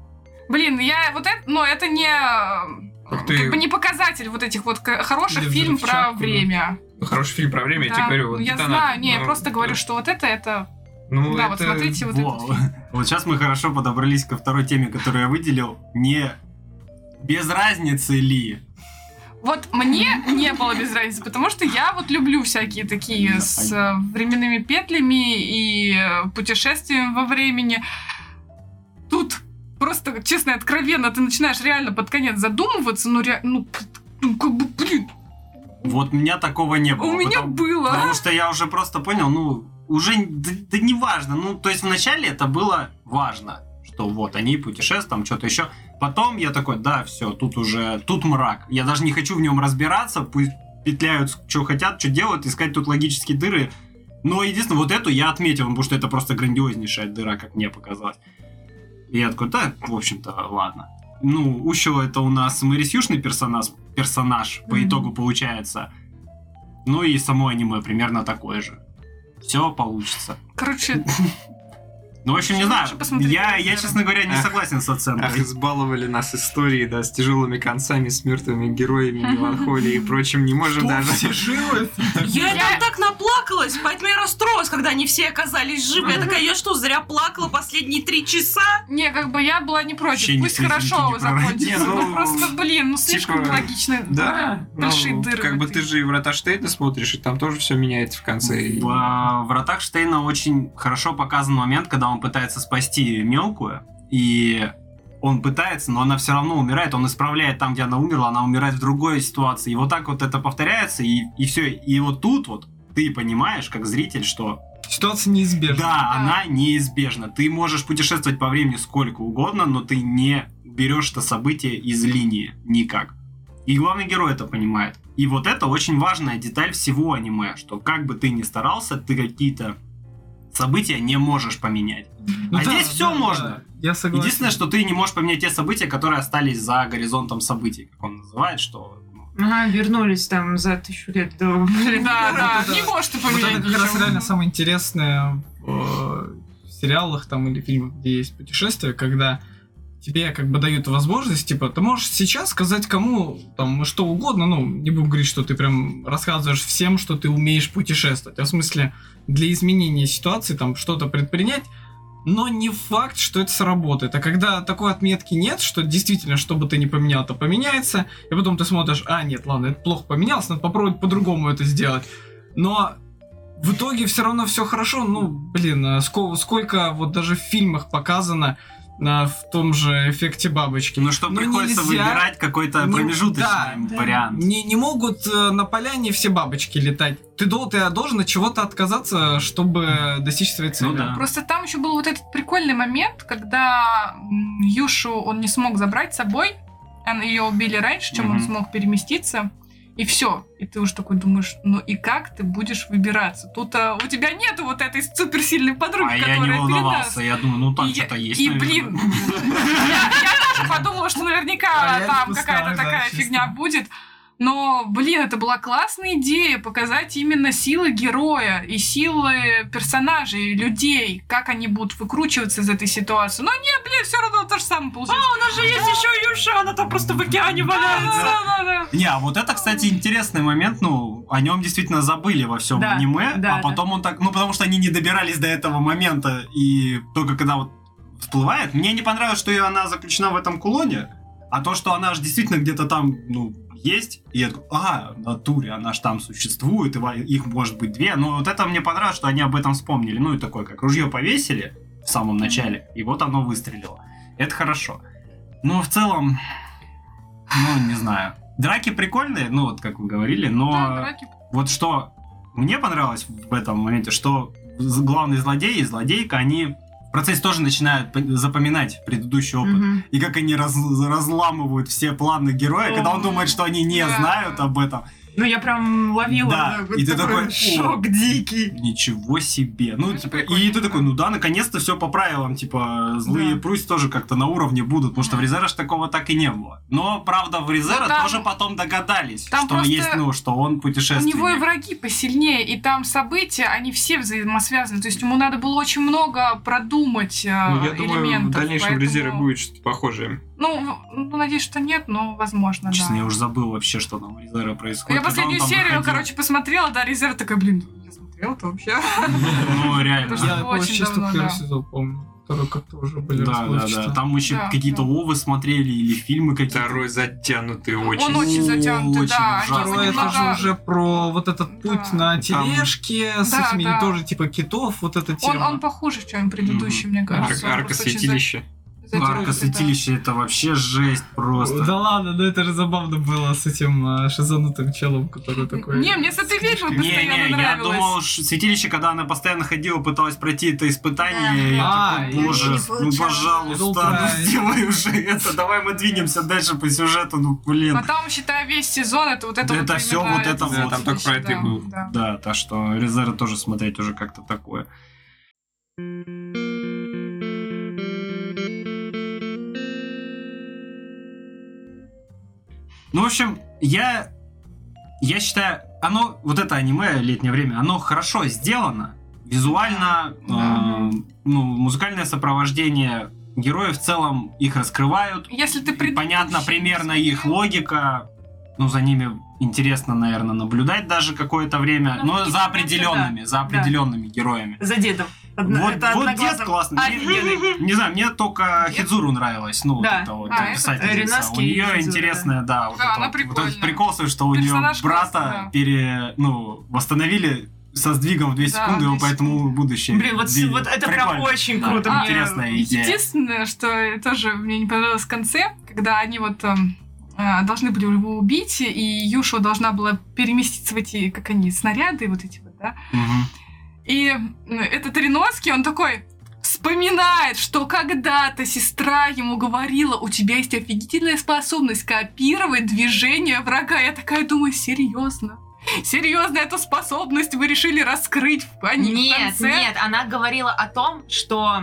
Блин, я вот это, но это не... э, Ух ты. Как бы не показатель вот этих вот к- хороших Или фильмов про взрывчатку, да. время. Ну, Хороший фильм про время, я Да, тебе говорю, вот ну, я «Детонатор». знаю, не, я Ну, просто говорю, что вот это, это... Ну, да, вот это- смотрите вот этот Во. Вот сейчас мы хорошо подобрались ко второй теме, которую я выделил. Не без разницы ли? Вот мне не было без разницы, потому что я вот люблю всякие такие Да, с э, временными петлями и э, путешествиями во времени. Тут просто, честно и откровенно, ты начинаешь реально под конец задумываться, ну, ре... ну, п- ну, как бы, блин, а Вот у меня такого не Ну, было. у меня потому- было. Потому что я уже просто понял, ну, уже да, да не важно. Ну, то есть вначале это было важно, что вот они путешествуют, там что-то еще. Потом я такой, да, все, тут уже, тут мрак. Я даже не хочу в нем разбираться, пусть петляют, что хотят, что делают, искать тут логические дыры. Но единственное, вот эту я отметил, потому что это просто грандиознейшая дыра, как мне показалось. И я такой, да, в общем-то, ладно. Ну, Ущева это у нас мэрисюшный персонаж, персонаж по Мгм. итогу получается. Ну и само аниме примерно такое же. Все получится. Короче, Ну, в общем, не Лучше знаю. посмотреть Я, трейлер. я, честно говоря, не Ах. согласен с Ах, оценкой. избаловали нас истории, да, с тяжелыми концами, с мертвыми героями, меланхолией и прочим. Не можем даже... Я Я- там так наплакалась, поэтому я расстроилась, когда они все оказались живы. Я такая, я что, зря плакала последние три часа? не, как бы я была не против, Вообще ни пусть слезинки хорошо не прорвать. закончится. Не, ну, Ну, просто, блин, ну слишком типа, логично. Да, Большие ну, дыры как в бы этой. ты же и врата Штейна смотришь, и там тоже все меняется в конце. и- В э, «Вратах Штейна» очень хорошо показан момент, когда он пытается спасти мелкую, и он пытается, но она все равно умирает, он исправляет там, где она умерла, она умирает в другой ситуации. И вот так вот это повторяется, и, и все. И вот тут вот ты понимаешь, как зритель, что Ситуация неизбежна. Да, она неизбежна. Ты можешь путешествовать по времени сколько угодно, но ты не берешь это событие из линии никак. И главный герой это понимает. И вот это очень важная деталь всего аниме, что как бы ты ни старался, ты какие-то события не можешь поменять. Ну а здесь всё можно. Я согласен. Единственное, что ты не можешь поменять те события, которые остались за горизонтом событий, как он называет, что... ну, Ага, вернулись там за тысячу лет до времени. Да, это да, да. не может ты Вот поменять. это как ну, раз ничего. реально самое интересное в э, сериалах там или фильмах, где есть путешествия, когда тебе как бы дают возможность, типа, ты можешь сейчас сказать кому там что угодно, ну, не будем говорить, что ты прям рассказываешь всем, что ты умеешь путешествовать, а в смысле для изменения ситуации там что-то предпринять, но не факт, что это сработает. А когда такой отметки нет, что действительно, что бы ты ни поменял, то поменяется, и потом ты смотришь, а, нет, ладно, это плохо поменялось, надо попробовать по-другому это сделать. Но в итоге все равно все хорошо. Ну, блин, а ско- сколько вот даже в фильмах показано а, в том же эффекте бабочки. Ну что, Ну, приходится нельзя. выбирать какой-то Ну, промежуточный да, да. вариант. Не, не могут э, на поляне все бабочки летать. Ты, дол- ты должен от чего-то отказаться, чтобы достичь своей цели. да. Просто там еще был вот этот прикольный момент, когда м, Юшу он не смог забрать с собой, ее убили раньше, чем он Мгм. смог переместиться. и все. И ты уже такой думаешь, ну и как ты будешь выбираться? Тут а, у тебя нету вот этой суперсильной подруги, А я которая не передаст. волновался, я думаю, ну там И- что-то есть. И, наверное. блин, я, я тоже подумала, что наверняка А я там пустая, какая-то да, такая чисто. фигня будет. Но, блин, это была классная идея показать именно силы героя и силы персонажей, людей, как они будут выкручиваться из этой ситуации. Но нет, блин, все равно то же самое получилось. А, у нас же есть еще Юша, она там просто в океане валяется. Да-да-да. Не, а вот это, кстати, интересный момент, ну, о нем действительно забыли во всем Да, аниме, да, а потом он так, ну, потому что они не добирались до этого момента, и только когда вот всплывает, мне не понравилось, что её она заключена в этом кулоне, а то, что она же действительно где-то там, ну, есть, и я такой, а, в натуре, она же там существует, и во- их может быть две, но вот это мне понравилось, что они об этом вспомнили, ну, и такое, как ружье повесили в самом начале, и вот оно выстрелило. Это хорошо. Но в целом, ну, не знаю. Драки прикольные, ну, вот как вы говорили, но Да, драки. вот что мне понравилось в этом моменте, что з- главный злодей и злодейка, они в процессе тоже начинают п- запоминать предыдущий опыт. И как они раз- разламывают все планы героя, когда он думает, что они не Да. знают об этом. Ну, я прям ловила Да, такой- и ты такой, такой «О». шок дикий. Ничего себе. Ну, Это типа, прикольно, и ты да. такой, ну да, наконец-то все по правилам, типа, злые Да. прусь тоже как-то на уровне будут, потому что в Резера ж такого так и не было. Но, правда, в Резера Ну, там- тоже потом догадались, там что просто есть, ну, что он У путешественник. него и враги посильнее, и там события, они все взаимосвязаны. То есть ему надо было очень много продумать э, Ну, я элементов. думаю, в дальнейшем в поэтому- резерве будет что-то похожее. Ну, в- ну, надеюсь, что нет, но возможно, Честно, да. я уже забыл вообще, что там у Резера происходит. я когда он последнюю там серию, выходил. короче, посмотрела, да, резерв такая, блин, я смотрела это вообще. Ну, реально. Это ж Я Очень вообще давно, только первый да. сезон помню. Второй как-то уже были Да, да, да. расплывчатые. Там еще Да, какие-то да. овы смотрели или фильмы какие-то. Ну, Второй затянутый очень. Он очень затянутый, Очень да. они ужасно. Второе, это же немного- уже про вот этот Да. путь на тележке с Да, этими да. тоже типа китов, вот эта он, тема. он похуже, чем предыдущий, мне Ар- кажется. Он Арка просто очень святилища. за- затянутый, Арка святилища это вообще жесть просто. Да ладно, ну это же забавно было с этим а, шизанутым челом, который такой... Не, мне с этой ведьмой книжкой. постоянно Не-не, я нравилось. думал, ш- святилище, когда она постоянно ходила, пыталась пройти это испытание, Да. и я А, такой, и боже, не ну получалось. пожалуйста, Долго. ну сделай уже это, давай мы двинемся дальше по сюжету, ну блин. Но там, считай, весь сезон, это вот это Да вот это всё именно вот это это вот. Там только про это и да, было. да. Да, так что Резера тоже смотреть уже как-то такое. Ну, в общем, я, я считаю, оно, вот это аниме летнее время, оно хорошо сделано. Визуально, Да. э, ну, музыкальное сопровождение героев в целом их раскрывают. Если ты предыдущий Понятно не примерно их смотрел, логика. Ну, за ними интересно, наверное, наблюдать даже какое-то время. Ну, Но в за какие-то определенными, за определенными героями. За дедом. Одно- Вот, это А, вот одноглазым. дед классный. Мне- Офигенный. Не знаю, мне только Дед? Хидзуру нравилась. Ну, Да. вот это вот А, это- писательница. Ринаске У нее Хидзура, да. интересная, да, вот Да, это она вот- вот этот прикольная. прикол, свой, что у нее Персонаж брата классный, да. пере, ну, восстановили со сдвигом в 2 Да, секунды, его две поэтому будущее. Блин, вот, с- видит. вот это прям Прикольно. очень Да, круто. мне- интересная идея. Единственное, что тоже мне не понравилось в конце, когда они вот эм, а, должны были его убить, и Юша должна была переместиться в эти, как они, снаряды вот эти вот, да? Мгм. И м, этот Риноцкий, он такой вспоминает, что когда-то сестра ему говорила, у тебя есть офигительная способность копировать движение врага. Я такая думаю, серьезно? Серьезно, эту способность вы решили раскрыть в они- в Нет, конце? нет, она говорила о том, что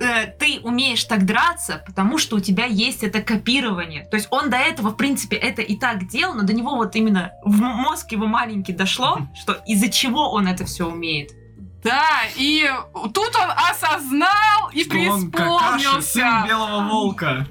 э, ты умеешь так драться, потому что у тебя есть это копирование. То есть он до этого, в принципе, это и так делал, но до него вот именно в м- мозг его маленький дошло, что из-за чего он это все умеет. Да, и тут он осознал и Что он Какаши, сын преисполнился. белого волка.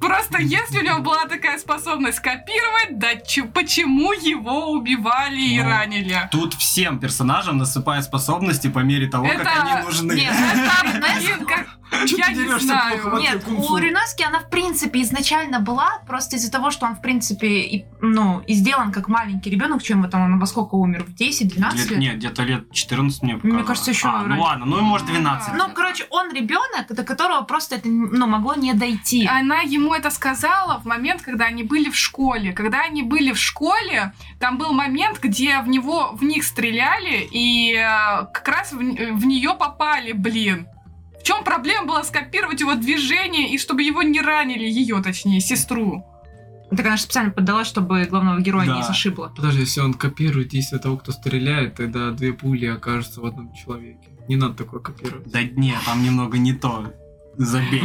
Просто если у него была такая способность копировать, да чё- почему его убивали и Ну, ранили? Тут всем персонажам насыпают способности по мере того, как Это- они нужны. Нет, Это, блин, как- Чё Я ты не дерешься, знаю. плохо, вот тебе Нет, кунг-фу. у Рюноски она, в принципе, изначально была, просто из-за того, что он, в принципе, и, ну, и сделан как маленький ребенок, чем там он во сколько умер? В 10-12 лет? Лет- нет, где-то лет 14 мне показалось. кажется, еще А, ну раньше. ладно, ну и может 12. Ну, короче, он ребенок, до которого просто это ну, могло не дойти. Она ему это сказала в момент, когда они были в школе. Когда они были в школе, там был момент, где в него, в них стреляли, и э, как раз в, нее попали, блин. В чем проблема была скопировать его движение и чтобы его не ранили, ее, точнее, сестру? Так она же Ну, специально поддалась, чтобы главного героя Да. не зашибло. Подожди, если он копирует действия того, кто стреляет, тогда две пули окажутся в одном человеке. Не надо такое копировать. Да не, там немного не то. Забей.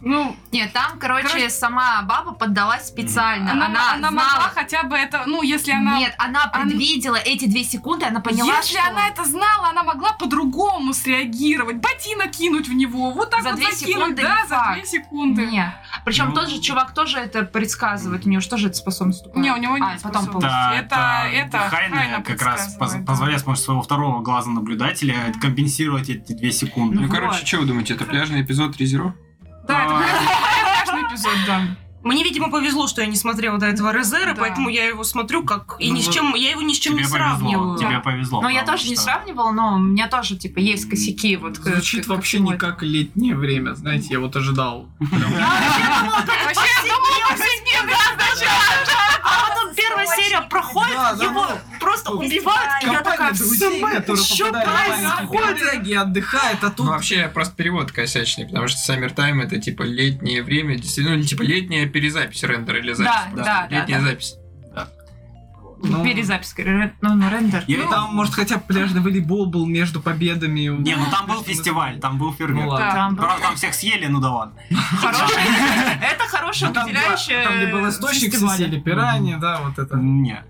Ну, Нет, там, короче, Короче- сама баба поддалась специально. она, она, она знала. могла хотя бы это, ну, если она... Нет, она она- предвидела эти две секунды, она поняла, Если что... она это знала, она могла по-другому среагировать. Ботинок кинуть в него, вот так За вот две закинуть, секунды да, не за факт. две секунды. Не. Причем Ну. тот же чувак тоже это предсказывает, у него же тоже это способность. такая. Не, у него А, нет потом способности. получ- Да, это- это Хайна Хайна как раз поз- подсказывает, да. позволяет с помощью своего второго глаза наблюдателя компенсировать эти две секунды. Ну, Ну короче, вот. что вы думаете, это пляжный эпизод Резеру? Да, это А. прям важный эпизод, да. Мне, видимо, повезло, что я не смотрела до этого Резера, Да. поэтому я его смотрю как... И Ну, ни с ну, чем... Я его ни с чем не тебе повезло, сравниваю. тебе Да. повезло. Ну, я потому тоже не что- сравнивала, но у меня тоже, типа, есть косяки. Вот, э, к- Звучит к- вообще к- не как летнее время, знаете, я вот ожидал. Вообще, ну, я думала, повседневность сначала. А Ну, потом первая серия проходит, Да, да, его просто убивают, и я такая, в отдыхает, а Ну, вообще, просто перевод косячный, потому что Summer Time это типа летнее время, действительно, ну, типа летняя перезапись рендера или запись. Да, просто. да, да, Летняя да. запись. Ну. Перезапись, говорю, ну, ну, рендер. Я- Ну, там, может, хотя бы пляжный волейбол был между победами. Не, ну там был фестиваль, там был Ну фейерверк. ладно. Там был Правда, там всех съели, ну да ладно. хороший- Это э, хорошее Ну, там, где- определяющее там, где э, был источник, фестиваля. сидели пираньи, да, вот это. Не. э,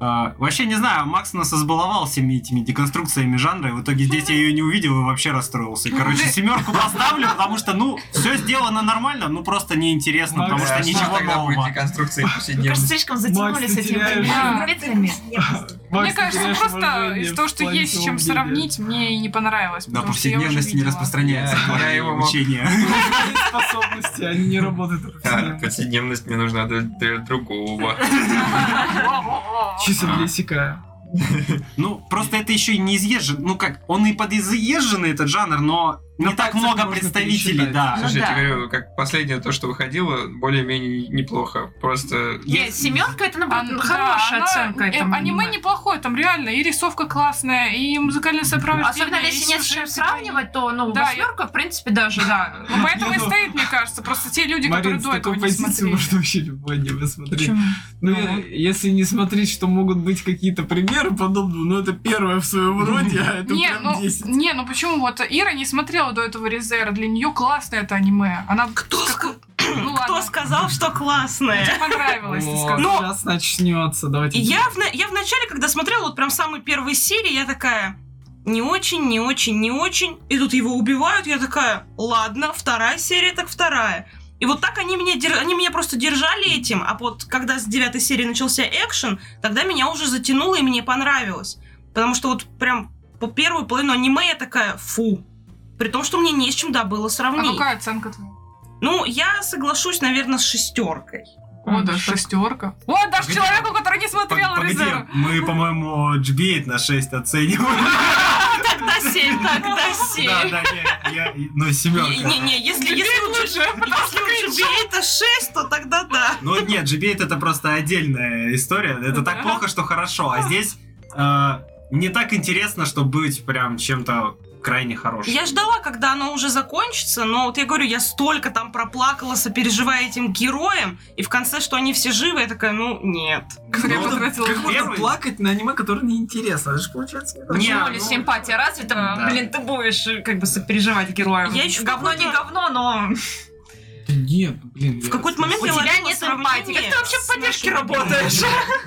А, вообще не знаю, Макс нас избаловал всеми этими деконструкциями жанра, и в итоге здесь я ее не увидел и вообще расстроился. И, Короче, семерку поставлю, потому что, ну, все сделано нормально, ну просто неинтересно, А Макс, потому да, что что ничего тогда будет нового. деконструкции Мне кажется, повседневности. слишком затянули Макс, с ты этими теряешь. параметрами. Макс, Мне ты кажется, теряешь просто уважение из в того, что плане есть с своего чем мнения. сравнить, мне и не понравилось. На потому что я уже повседневности не видела. распространяется Я- я твои его мог- учения. Есть способности, они не работают. А, Повседневность мне нужна для, для другого. А. Чисто для сика. Ну, просто это еще и не изъезжен. Ну как, он и подизъезженный этот жанр, но На не так пальцах много можно представителей, пересчитать. да. Слушай, я тебе да. говорю, как последнее то, что выходило, более-менее неплохо. Просто Нет, семерка это А, наоборот, да, хорошая она- оценка. э, этому Аниме аниме. неплохое, там реально и рисовка классная, и музыкальное сопровождение. Особенно и если нет с чем сюжет, и- сравнивать, то ну Да, восьмерка, в принципе, даже да. Ну, поэтому и Ну. стоит, мне кажется, просто те люди, Марин, которые с до этого такой не позиции смотрели. можно вообще любое аниме смотреть. Почему? Ну, Ну. э, если не смотреть, что могут быть какие-то примеры подобного, ну, это первое в своем роде, а это Не, прям ну, 10. не, ну почему вот Ира не смотрела до этого Резера, для нее классное это аниме. Она Кто, ска- ну, кто ладно. сказал, что классное? Тебе понравилось, ты Вот, сказала. Ну, сейчас начнется, давайте. И Я в, на- я в начале, когда смотрела вот прям самые первые серии, я такая... Не очень, не очень, не очень. И тут его убивают, я такая, ладно, вторая серия, так вторая. И вот так они меня, дер- они меня просто держали этим, а вот когда с девятой серии начался экшен, тогда меня уже затянуло и мне понравилось. Потому что вот прям по первую половину аниме я такая, фу. При том, что мне не с чем, да, было А сравнить. какая оценка твоя? Ну, я соглашусь, наверное, с шестеркой. О, даже шестерка. О, даже Погоди. человеку, который не смотрел Погоди, Резера. мы, по-моему, GBA на 6 оцениваем. Тогда семь, тогда Да, семь. да, не, я, ну, семерка. Не-не, если, если лучше, если лучше это 6, то тогда да. Ну, нет, GBA это просто отдельная история. Это так плохо, что хорошо. А здесь э, не так интересно, что быть прям чем-то крайне хорошим. Я ждала, когда оно уже закончится, но вот я говорю, я столько там проплакала, сопереживая этим героям, и в конце, что они все живы, я такая, ну, нет. Зря Ну, потратила. Как можно Первый- плакать на аниме, которое неинтересно? Это же получается не так. Не, Почему ну, ли симпатия развита? Да. Блин, ты будешь э, как бы сопереживать героям. Я ещё говно не какой-то- говно, но Да Нет, блин. В я- какой-то момент у я тебя ловила нет эмпатии. Как сравнение ты вообще в с поддержке нашим- работаешь?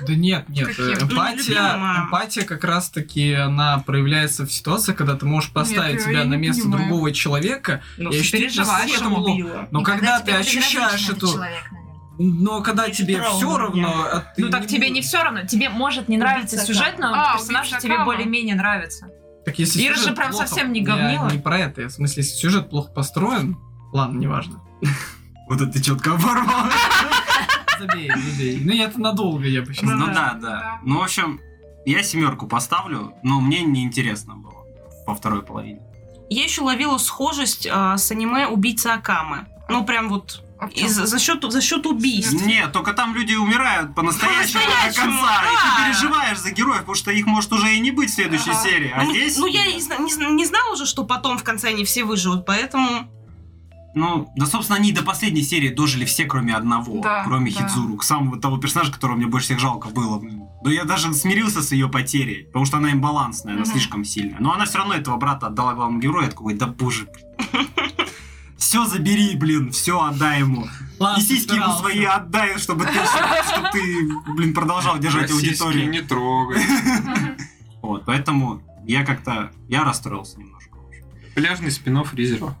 Да нет, нет. Какие? э, Эмпатия, любимая. эмпатия как раз-таки, она проявляется в ситуации, когда ты можешь поставить я себя ее на не место понимаю. другого человека. Ну, Я ощутил, сопереживаешь, что ему было. было. Но когда ты тебя ощущаешь безразличен этот эту... человек, наверное. Но когда Есть тебе травма все у равно... меня. а ты Ну так не тебе будешь- не все равно. Тебе может не нравиться Убийца сюжет, но А, персонаж убийца тебе Кама. более-менее нравится. Так если Ира же сюжет прям плохо- совсем не Я говнила. не про это. я В смысле, если сюжет плохо построен, ладно, неважно. Вот это ты четко оборвал. Забей, забей. Ну, это надолго, я почему. Ну да, Да. да. Ну, в общем, я семерку поставлю, но мне неинтересно было во второй половине. Я еще ловила схожесть э, с аниме «Убийца Акамы». Ну, прям вот А в чём? из- за счет за счет убийств. Нет, только там люди умирают по-настоящему до По-настоящему, конца. И да. ты переживаешь за героев, потому что их может уже и не быть в следующей Ага. серии. А ну, здесь... ну, я и зна- не, зн- не знала уже, что потом в конце они все выживут, поэтому... Ну, да, собственно, они до последней серии дожили все, кроме одного. Да, кроме да. Хидзуру, самого того персонажа, которого мне больше всех жалко было. Но я даже смирился с ее потерей, потому что она имбалансная, она Мгм. слишком сильная. Но она все равно этого брата отдала главному герою, я такой, да боже, все забери, блин, все отдай ему. И сиськи ему свои отдай, чтобы ты, чтобы ты, блин, продолжал держать Российские аудиторию. не трогай. Вот, поэтому я как-то, я расстроился немножко. в общем. Пляжный спинов резерва.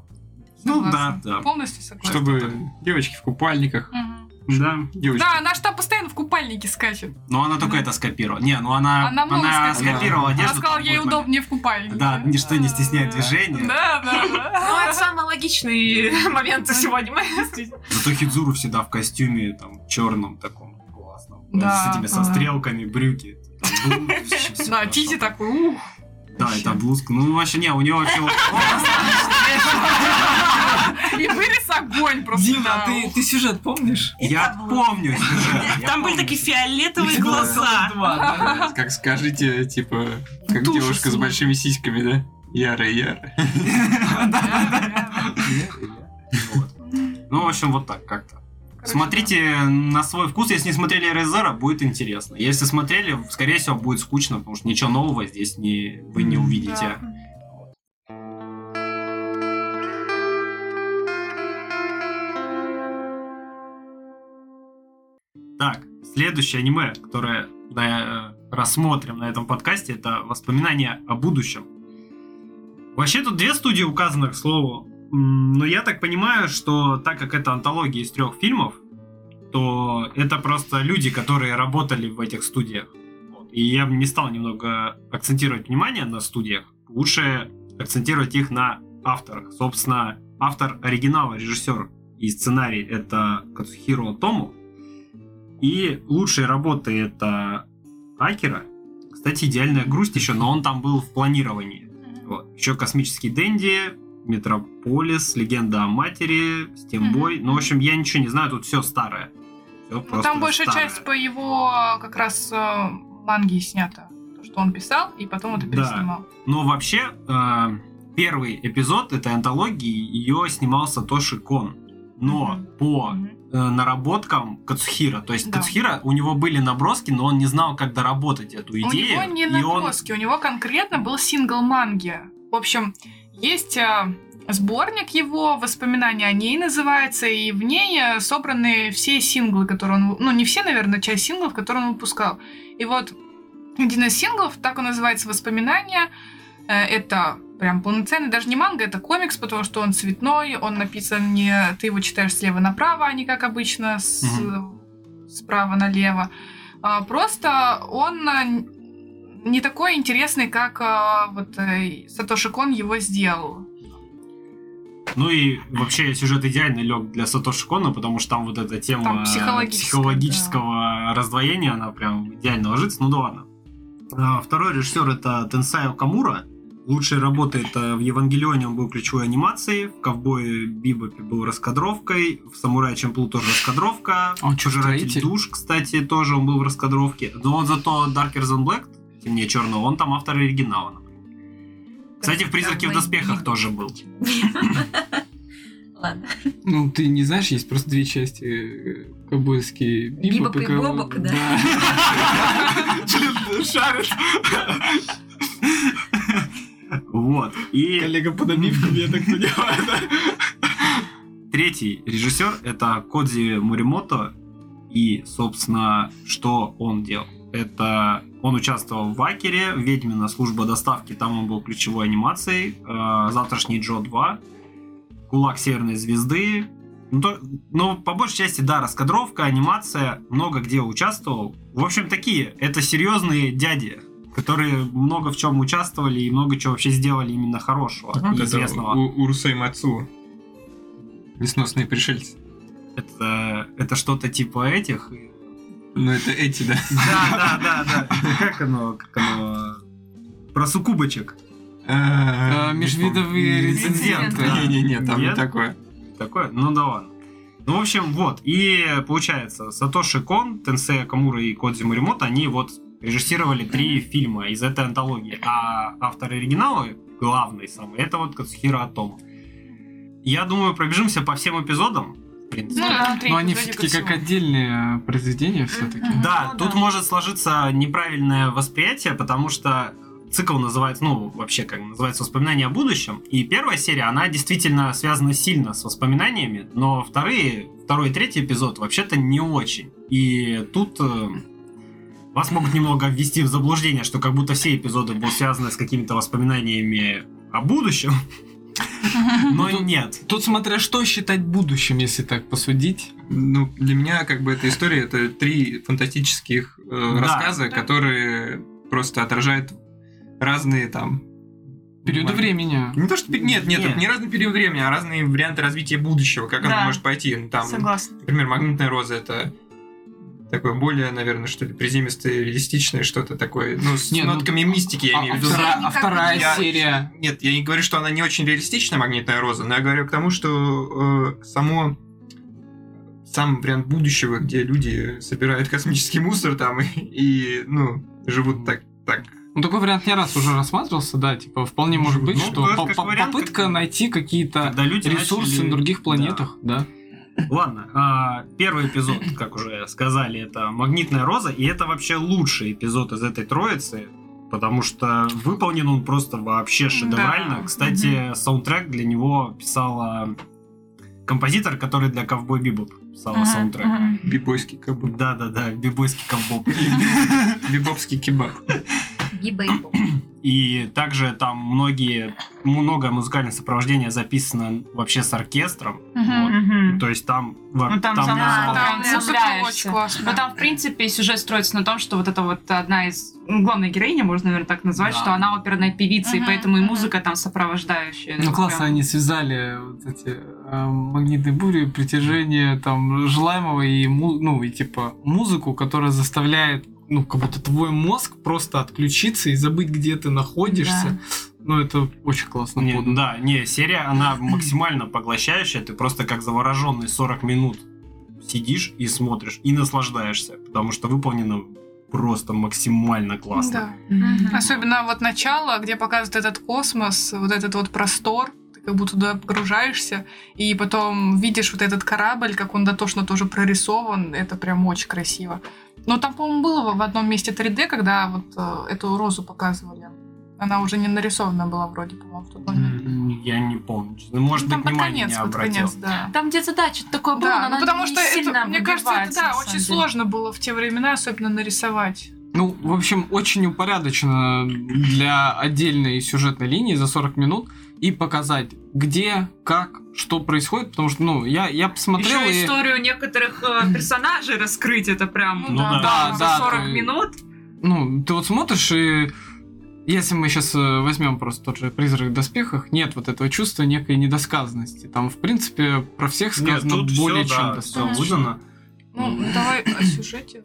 Ну да, Согласна. да. Полностью согласна. Чтобы девочки в купальниках. Мгм. Да. Девочки. Да, она ж там постоянно в купальнике скачет. Но она только это скопировала. Не, ну она, Она она, много скопировала. скопировала одежду. Она сказала, там ей будет момент. удобнее в купальнике. Да, ничто не стесняет движения. Да, да, Ну, это да. самый логичный момент сегодня. Зато Хидзуру всегда в костюме, там, черном таком, классном. Да, с этими со ага. стрелками, брюки. там, блузки, всё Да, хорошо. Тити такой, ух. Да, вообще. это блузка. Ну, вообще, не, у него вообще... И вылез огонь просто. Дима, а да, ты, ух. ты сюжет помнишь? Я помню сюжет, я Там были помню. такие фиолетовые Их было глаза. два, да. Как скажите, типа, как Душу девушка с сниму. большими сиськами, да? Яры, яры. Да, да, Вот. да. Ну, в общем, вот так как-то. Короче, Смотрите на свой вкус. Если не смотрели Резера, будет интересно. Если смотрели, скорее всего, будет скучно, потому что ничего нового здесь не, вы не да. увидите. Так, следующее аниме, которое да, э, рассмотрим на этом подкасте, это воспоминания о будущем. Вообще тут две студии указаны, к слову. М, Но я так понимаю, что так как это антология из трех фильмов, то это просто люди, которые работали в этих студиях. Вот. И я бы не стал немного акцентировать внимание на студиях. Лучше акцентировать их на авторах. Собственно, автор оригинала, режиссер и сценарий это Кацухиро Тому. И лучшие работы это Акера. Кстати, идеальная грусть еще, но он там был в планировании. Ну, Вот. Еще космический Дэнди, Метрополис, Легенда о матери, Стимбой. Мгм. Ну, в общем, я ничего не знаю, тут все старое. Всё Ну, просто Там большая старое. часть по его э, как раз э, манге и снята. То, что он писал, и потом это Да. переснимал. Но вообще, э, первый эпизод этой антологии ее снимал Сатоши Кон. Но Мгм. по Мгм. э, наработкам Кацухира. То есть Да. Кацухира, у него были наброски, но он не знал, как доработать эту У идею. него не и он- наброски, у него конкретно был сингл манги. В общем, есть э, сборник его, воспоминания о ней называется, и в ней э, собраны все синглы, которые он... Ну, не все, наверное, часть синглов, которые он выпускал. И вот один из синглов, так он называется «Воспоминания», э, это прям полноценный, даже не манга, это комикс, потому что он цветной, он написан не... Ты его читаешь слева направо, а не как обычно с- справа налево. А, Просто он а, н- не такой интересный, как а, вот э, Сатоши Кон его сделал. Ну и вообще сюжет идеально лег для Сатоши Кона, потому что там вот эта тема Там психологическая, психологического раздвоения, она прям идеально ложится. Ну да ладно. А, Второй режиссер это Тенсай Камура. Лучшие работы это в Евангелионе он был ключевой анимацией, в Ковбое Бибопе был раскадровкой, в Самурае Чемплу тоже раскадровка, Он А чё, Пожиратель строитель? душ, кстати, тоже он был в раскадровке. Но он зато Darker Than Black, темнее черного, он там автор оригинала, например. Кстати, в «Призраке в доспехах» тоже был. Ладно. Ну, ты не знаешь, есть просто две части э, ковбойские. Бибоп и Бобок, да. Шарит. Вот. И Коллега по набивкам, я так понимаю, третий режиссер это Кодзи Моримото. И, собственно, что он делал? Это он участвовал в Акере, Ведьмина служба доставки, там он был ключевой анимацией, э, Завтрашний Джо 2, Кулак Северной Звезды. Ну, то- ну, по большей части, да, раскадровка, анимация, много где участвовал. В общем, такие, это серьезные дяди, которые много в чем участвовали и много чего вообще сделали именно хорошего, Вот это известного. у Урусей Мацу. Несносные пришельцы. Это, это что-то типа этих. Ну, это эти, да. Да, да, да, да. Как оно, как оно? Про сукубочек. да. А, Э, не Межвидовые помню. рецензенты. Рецензенты. Не-не-не, там не Нет? такое. Такое? Ну да ладно. Ну, в общем, вот. И получается, Сатоши Кон, Тенсея Камура и Кодзи Моримото, они вот режиссировали три фильма из этой антологии. А автор оригинала, главный самый, это вот Кацухира Атомо. Я думаю, пробежимся по всем эпизодам. в принципе. Ну, там три Но они эпизодика все-таки как всего. отдельные э, произведения все-таки. Мгм. Да, Ну тут да. может сложиться неправильное восприятие, потому что цикл называется, ну, вообще, как называется, воспоминания о будущем. И первая серия, она действительно связана сильно с воспоминаниями, но вторые, второй и третий эпизод вообще-то не очень. И тут э, вас могут немного ввести в заблуждение, что как будто все эпизоды будут связаны с какими-то воспоминаниями о будущем, но нет. Тут смотря что считать будущим, если так посудить. Ну, для меня как бы эта история это три фантастических э, рассказа, которые просто отражают разные там Периоды моменты. времени. Не то, что... пе- Нет, нет, Нет. это не разный период времени, а разные варианты развития будущего, как Да. оно может пойти. Ну, Там, Согласна. например, «Магнитная роза» — это такое более, наверное, что ли, приземистое, реалистичное что-то такое. Ну, с Не, ну, нотками мистики, я А, имею в а виду. вторая, Они а как вторая Я- серия. Нет, я не говорю, что она не очень реалистичная, «Магнитная роза», но я говорю к тому, что э, само сам вариант будущего, где люди собирают космический мусор там и, и, ну, живут так, так. Ну, такой вариант не раз уже рассматривался, да, типа, вполне может быть, Ну, что как по- по- вариант, попытка как- найти какие-то Когда люди ресурсы начали- на других Да. планетах, да. Ладно, а, первый эпизод, как уже сказали, это «Магнитная роза», и это вообще лучший эпизод из этой троицы, потому что выполнен он просто вообще шедеврально. Да. Кстати, саундтрек для него писала композитор, который для «Ковбой Бибоп» писала Мгм, саундтрек. мгм. Бибойский кебаб. Да-да-да, бибойский ковбой. Бибобский кебаб. Гиба и боб. И также там многие, много музыкальное сопровождение записано вообще с оркестром. Мгм. Вот. Мгм. То есть там... Ну, там сама музыка- Да, Там да. музыка очень Но классная. там, в принципе, сюжет строится на том, что вот это вот одна из ну, главная героиня, можно, наверное, так назвать, Да. что она оперная певица, и Мгм, поэтому и мгм. музыка там сопровождающая. Ну, Это классно прям- они связали вот эти э, магнитные бури, притяжение там желаемого и, му- ну, и типа музыку, которая заставляет, ну, как будто твой мозг просто отключиться и забыть, где ты находишься. Ну, это очень классно. Не, подано. да, не, серия, она максимально поглощающая, ты просто как завороженный 40 минут сидишь и смотришь, и наслаждаешься, потому что выполнено просто максимально классно. Да. Особенно вот начало, где показывают этот космос, вот этот вот простор, ты как будто туда погружаешься, и потом видишь вот этот корабль, как он дотошно тоже прорисован, это прям очень красиво. Но там, по-моему, было в одном месте 3D, когда вот э, эту розу показывали. Она уже не нарисована была вроде, по-моему, в тот момент. М, Я не помню. честно. Может Ну, там быть, под внимание конец, не под обратил. конец, да. Там где-то да, что-то такое было, Да, но ну, она потому не что это, сильно мне кажется, это выбивается, да, на самом очень деле. сложно было в те времена, особенно нарисовать. Ну, в общем, очень упорядочено для отдельной сюжетной линии за 40 минут и показать, где, как, что происходит, потому что, ну, я, я посмотрел Еще и... историю некоторых э, персонажей раскрыть, это прям Ну да. А, Да, за да, 40 ты- минут. Ну, ты вот смотришь и... Если мы сейчас возьмем просто тот же «Призрак в доспехах», нет вот этого чувства некой недосказанности. Там, в принципе, про всех Нет, сказано тут всё, более да, чем всё достаточно. выдано. Ну, давай о сюжете.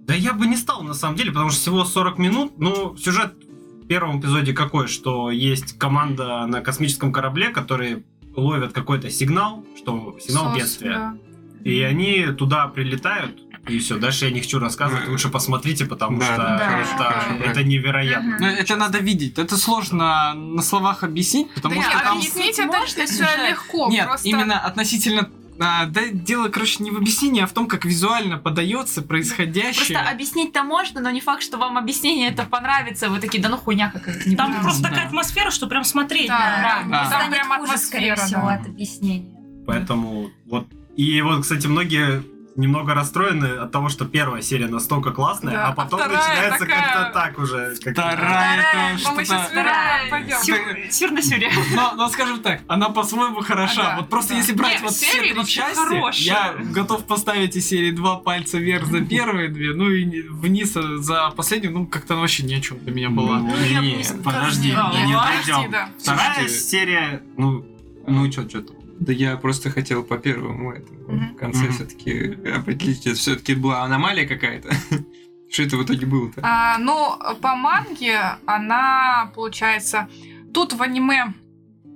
Да я бы не стал, на самом деле, потому что всего 40 минут, но сюжет в первом эпизоде какой, что есть команда на космическом корабле, которые ловят какой-то сигнал, что сигнал Сос, бедствия. да. И они туда прилетают, и все. Дальше я не хочу рассказывать, Да. лучше посмотрите, потому Да, что да, хорошо, это, хорошо, да. Ну, это невероятно. Но это надо видеть. Это сложно на словах объяснить, потому Да что нет, там... объяснить это можно всё сюжет? легко. Нет, просто... именно относительно... а, да, дело, короче, не в объяснении, а в том, как визуально подается происходящее. Ну, Просто объяснить-то можно, но не факт, что вам объяснение это понравится. Вы такие, да ну хуйня какая-то. не Там буду». просто Да. такая атмосфера, что прям смотреть. Да, Да, да, да. Там Станет прям хуже, скорее атмосфера, всего, да. от объяснения. Поэтому вот. И вот, кстати, многие немного расстроены от того, что первая серия настолько классная, Да, а потом а вторая начинается такая- как-то так уже. как-то- Вторая, Вторая, это Ну, что-то- мы сейчас выбираем, пойдем. Сю- Сюр, сюр на сюре. Но, но скажем так, она по-своему хороша. Да, вот просто да. если брать Не, вот все серии три вообще части, хорошие. я готов поставить и серии два пальца вверх за первые две, ну и не- вниз за последнюю, ну как-то она вообще ни о чем для меня была. Ну, я бы не не, сказала. подожди, Да, да не подожди, дойдем. да. Вторая Слушайте, серия, ну, ну что, что Да я просто хотел по первому этому Мгм. в конце Мгм. все-таки определить, это все-таки была аномалия какая-то. Что это в итоге было-то? А, ну, по манге она, получается... Тут в аниме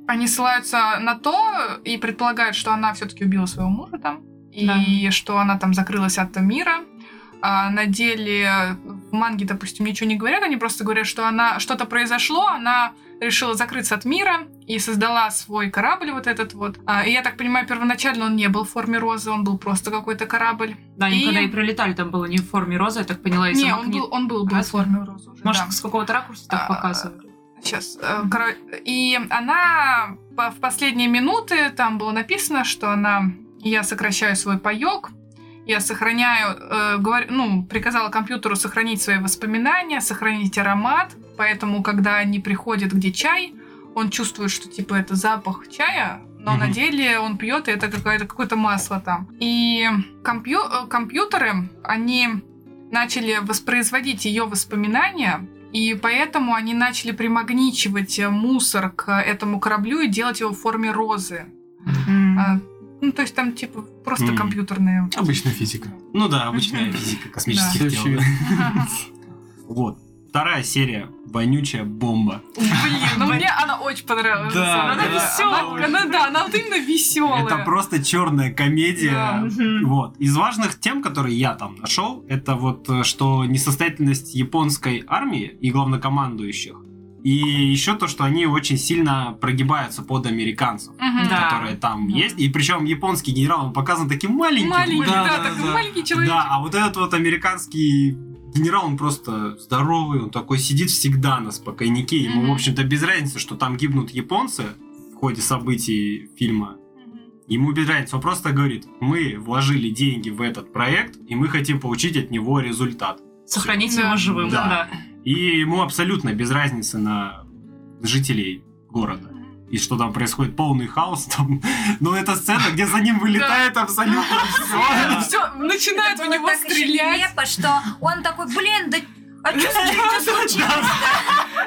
они ссылаются на то и предполагают, что она все-таки убила своего мужа там, и Да. что она там закрылась от мира. А на деле в манге, допустим, ничего не говорят, они просто говорят, что она что-то произошло, она решила закрыться от мира и создала свой корабль вот этот вот. А, и я так понимаю, первоначально он не был в форме розы, он был просто какой-то корабль. Да, они И- когда и пролетали, там было не в форме розы, я так поняла, и не, сама он книга- был, он был, был в Разве? форме розы уже. Может, да. с какого-то ракурса А, так показывали. Сейчас. э, коро- И она по- в последние минуты там было написано, что она я сокращаю свой паёк, я сохраняю, э, говорю- ну, приказала компьютеру сохранить свои воспоминания, сохранить аромат, поэтому, когда они приходят, где чай, он чувствует, что, типа, это запах чая, но на Мгм. деле он пьет, и это какое-то, какое-то масло там. И компью- э, компьютеры, они начали воспроизводить ее воспоминания, и поэтому они начали примагничивать э, мусор к этому кораблю и делать его в форме розы. А, ну, то есть там, типа, просто Мгм. компьютерные. Обычная физика. Ну да, обычная Мгм. физика Да. космических тел. Всё Вот. Вторая серия «Вонючая бомба». Блин, ну мне она очень понравилась. Да, она да, веселая. очень. Она, да, она вот именно веселая. Это просто черная Да. комедия. Мгм. Вот. Из важных тем, которые я там нашел, это вот э, что несостоятельность японской армии и главнокомандующих, и еще то, что они очень сильно прогибаются под американцев, Мгм. Да. которые там Да. есть. И причем японский генерал он показан таким маленьким. Маленький, Да, да, да, такой да. маленький человек. Да, а вот этот вот американский генерал, он просто здоровый, он такой сидит всегда на спокойнике. Ему, Мгм. в общем-то, без разницы, что там гибнут японцы в ходе событий фильма. Ему без разницы, он просто говорит, мы вложили деньги в этот проект, и мы хотим получить от него результат. Сохранить Да. его живым, Да. да. И ему абсолютно без разницы на жителей города. И что там происходит, полный хаос там. Но это сцена, где за ним вылетает абсолютно все. Все, начинает в было него так еще стрелять. нелепо, что он такой, блин, да а что случилось?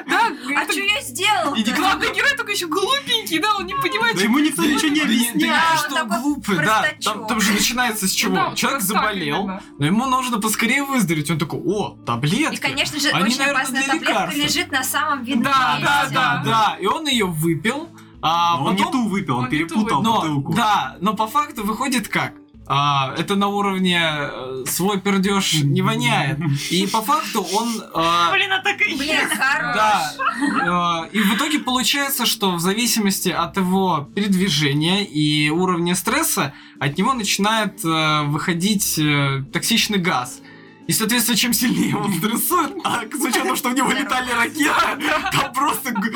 Да, А это что я сделал? Иди к нам. главный герой такой еще глупенький, да, он не Ну понимает, Да ему никто Да ничего не да да объясняет. не, он что такой глупый, да. простачок. Там, там же начинается с чего? Да, вот Человек просто заболел, именно. но ему нужно поскорее выздороветь. Он такой, о, таблетки. И, конечно же, Они, очень наверное, опасная для таблетка лекарства. лежит на самом видном А, да, месте. да, да, да. И он ее выпил, а Но он не потом ту выпил, он, он не ту перепутал Но, бутылку. да, но по факту выходит как? А, это на уровне э, свой пердеж не воняет. И по факту он... а, Блин, а так и Блин, хорош. да. э, И в итоге получается, что в зависимости от его передвижения и уровня стресса, от него начинает э, выходить э, токсичный газ. И, соответственно, чем сильнее он стрессует, а с учетом, что в него летали ракеты, там просто г-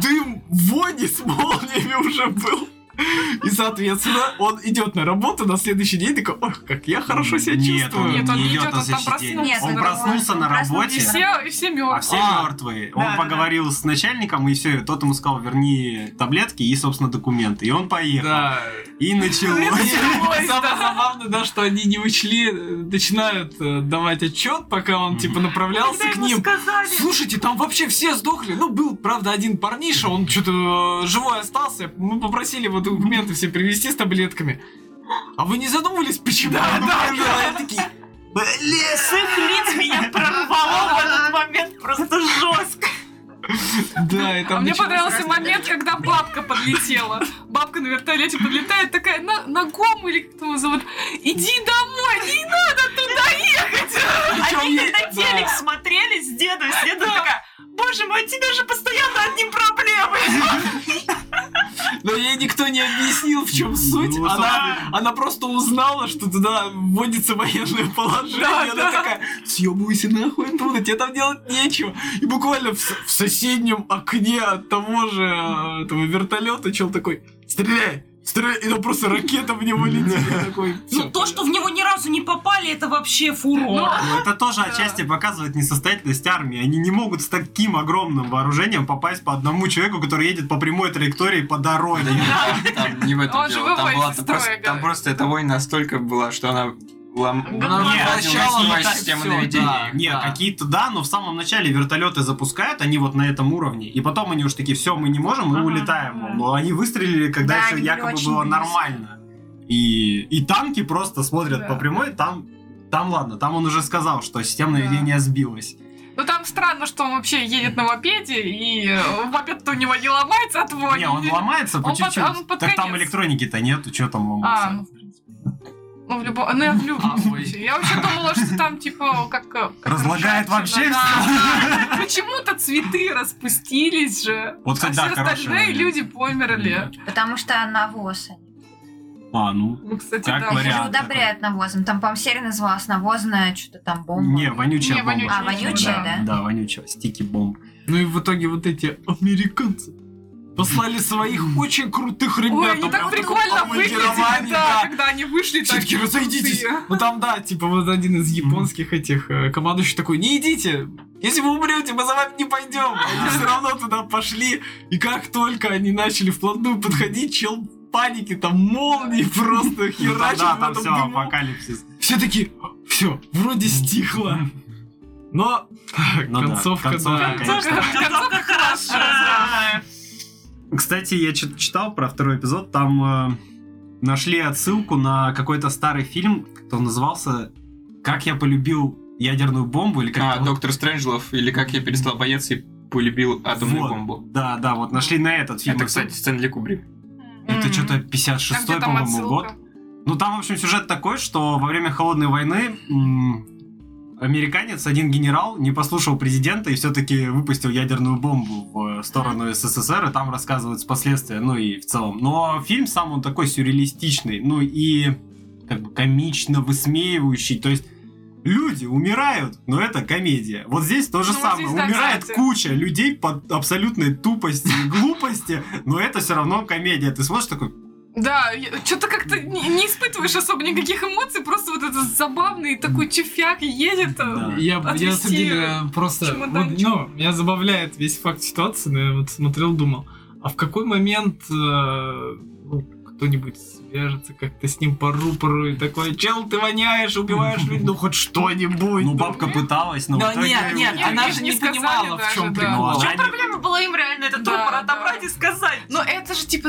дым вони с молниями уже был. И, соответственно, он идет на работу на следующий день такой, ох, как я хорошо себя Нет, чувствую. он Нет, он не не идет идет, на он там следующий день. проснулся Он на проснулся на работе. Он проснулся. И работе, все, и все а мертвы. все А. мертвые. Да, Он да, поговорил с начальником, и все, тот ему сказал, верни таблетки и, собственно, документы. И он поехал. Да. И началось. Самое забавное, да, что они не учли, э, начинают э, давать отчет, пока он, Мгм. типа, направлялся к ним. сказали. Слушайте, там вообще все сдохли. Ну, был, правда, один парниша, он что-то живой остался. Мы попросили его документы все привезти с таблетками. А вы не задумывались, почему? Да, да, да. Такие, С их лиц меня прорвало в этот момент просто жестко. да, и там а мне началось понравился разное. момент, когда бабка подлетела. Бабка на вертолете подлетает, такая на, на гому или как его зовут. Иди домой, не надо туда ехать. Причём Они ей- когда да. телек смотрели с дедом, с дедом такая, боже мой, у тебя же постоянно одни проблемы. Но ей никто не объяснил, в чем суть. Ну, Она, она просто узнала, что туда вводится военное положение. она такая, съебывайся нахуй оттуда, тебе там делать нечего. И буквально в, с- в соседнем окне от того же э, этого вертолета чел такой, стреляй, стреляй, и там просто ракета в него летит. Я такой, «Всё, Ну то, что в него ни разу не попали, это вообще фурор. Но это тоже Да. отчасти показывает несостоятельность армии. Они не могут с таким огромным вооружением попасть по одному человеку, который едет по прямой траектории по дороге. Там не в этом Он же дело. Там, выводит была- из там строя, просто, там говорит. просто эта вонь настолько была, что она лом... Она ломала возвращала всю вот так систему всё, да. наведения. Не, какие-то да, но в самом начале вертолеты запускают, они вот на этом уровне. И потом они уж такие, все, мы не можем, мы Ага. улетаем. мол. Но они выстрелили, когда Да, еще они были якобы очень было близко. нормально. И, и танки просто смотрят Да. по прямой, там, там ладно, там он уже сказал, что система Да. наведения сбилась. Ну там странно, что он вообще едет на мопеде, и э, мопед-то у него не ломается от вони. Не, он ломается по Он под- чуть-чуть. он под так там конец. электроники-то нету, что там А, ломается? ну, в принципе. Ну, в любом, ну, я в любом А, ой. случае. Я вообще думала, что там, типа, как... э, как Разлагает вообще ржавчина, все. да. Почему-то цветы распустились же. Вот, А кстати, все да, хорошая. остальные люди померли. Потому что навоз. они. А, ну. Ну, кстати, Как да. Они же Вариант удобряют навозом. Там, по-моему, серия называлась навозная что-то там бомба. Не, вонючая Не, бомба. вонючая. А, вонючая, да? Да, вонючая. Стики бомб. Ну и в итоге вот эти американцы послали своих очень крутых ребят. Ой, они там так вот прикольно таком выглядели, обмундировании, да, да. когда они вышли. Все так. такие, разойдитесь. Ну там, да, типа, вот один из японских этих э, командующих такой, не идите, если вы умрете, мы за вами не пойдем. Они все равно туда пошли. И как только они начали вплотную подходить, чел в панике, там молнии Ну, просто Да, херачат Ну, там в все, этом дыму. апокалипсис. Все такие, все, вроде стихло. Но Ну да, концовка, концовка, да. конечно. Концовка хорошая. Кстати, я чё-то читал про второй эпизод, там э, нашли отсылку на какой-то старый фильм, как он назывался «Как я полюбил ядерную бомбу» или как ну. А, доктор Стрэнджлов, или как я перестал бояться и полюбил атомную бомбу. Да, да, вот нашли на этот фильм. Это, кстати, Стэнли Кубрик. Это М. что-то А 56-й, где там по-моему, отсылка? год. Ну, там, в общем, сюжет такой, что во время Холодной войны м, американец, один генерал, не послушал президента и все-таки выпустил ядерную бомбу в э, сторону СССР, и там рассказываются последствия, ну и в целом. Но фильм сам, он такой сюрреалистичный, ну и как бы комично высмеивающий, то есть Люди умирают, но это комедия. Вот здесь то же Ну, вот самое. здесь, да, Умирает кстати. куча людей под абсолютной тупости и глупости, но это все равно комедия. Ты смотришь такой, Да, что-то как-то не, не испытываешь особо никаких эмоций, просто вот этот забавный такой чуфяк едет. Да. Я, я, на Отвезти самом деле, э, просто... чемоданчик. вот, ну, меня забавляет весь факт ситуации, но я вот смотрел, думал, а в какой момент э, ну, кто-нибудь свяжется как-то с ним по рупору и такой, чел, ты воняешь, убиваешь людей, ну хоть что-нибудь. Ну, бабка пыталась, но... Да в итоге- нет, нет, Нет, она они же не не сказали понимала, в даже, чем да. Ну, прикол. а В чем они- проблема была им реально этот Да, рупор да. отобрать и сказать? Но это же типа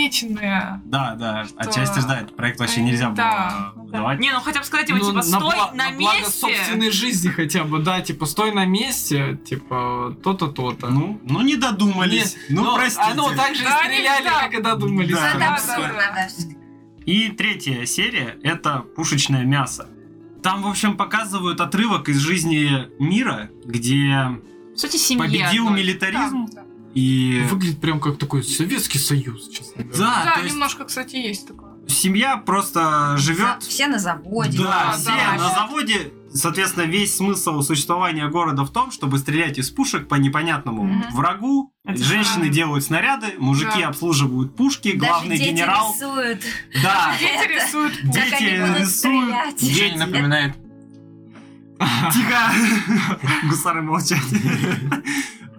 засекреченное. Да, да, отчасти да, этот проект вообще нельзя Да. было давать. Не, ну хотя бы сказать его, Ну, типа, стой бла- на, благо месте. собственной жизни хотя бы, да, типа, стой на месте, типа, то-то, то-то. Ну, ну не додумались. ну, Но простите. Оно так же и Да, стреляли, нельзя. как и додумались. Да. Да, Ну, это да, абсурдно, да. да. И третья серия — это «Пушечное мясо». Там, в общем, показывают отрывок из жизни мира, где В сути, семья. победил одной. милитаризм и... Выглядит прям как такой Советский Союз, честно говоря. Да, Да, А, то есть немножко, кстати, есть такое. семья просто живет За- Все на заводе. Да, Да, все да. на заводе. Соответственно, весь смысл существования города в том, чтобы стрелять из пушек по непонятному Мгм. врагу. Это Женщины правда. делают снаряды, мужики Да. обслуживают пушки, Даже главный дети генерал. рисуют, Да. Дети рисуют пу- как они будут рисуют. стрелять. Дети- День напоминает Тихо! Гусары молчать.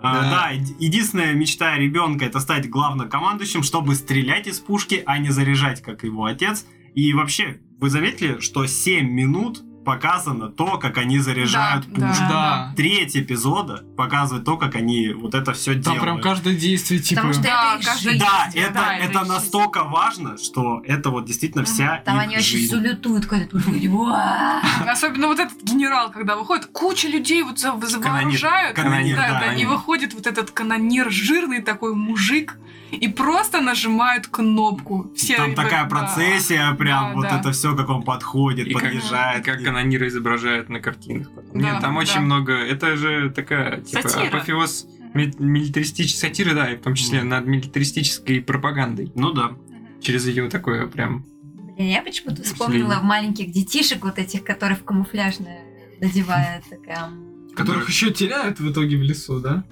А, Да. Да, е- единственная мечта ребенка это стать главнокомандующим, чтобы стрелять из пушки, а не заряжать, как его отец. И вообще, вы заметили, что 7 минут показано то, как они заряжают Да, пушки. Да. треть эпизода показывает то, как они вот это все Там делают. прям каждое действие, типа... Потому что Да, это их каждый- жизнь. Да, жизнь, это, да, это это их настолько важно, что это вот действительно вся Там их они очень жизнь. салютуют, когда тут люди. «Уа!» Особенно вот этот генерал, когда выходит, куча людей вот за- за- Канонир. вооружают. Канонир, да, да, да, и канонир. выходит вот этот канонир, жирный такой мужик, и просто нажимает кнопку. Все Там вот, такая да. процессия, прям Да, вот да. это все, как он подходит, И как- подъезжает. как И- канониры изображают на картинах. Да, Нет, там да. очень много. Это же такая типа Сатира. апофеоз ми- милитаристической сатиры, да, и в том числе над милитаристической пропагандой. Ну да. Через ее такое прям. Блин, я почему-то вспомнила маленьких детишек вот этих, которые в камуфляжное надевают. такая, Которых еще теряют в итоге в лесу, да?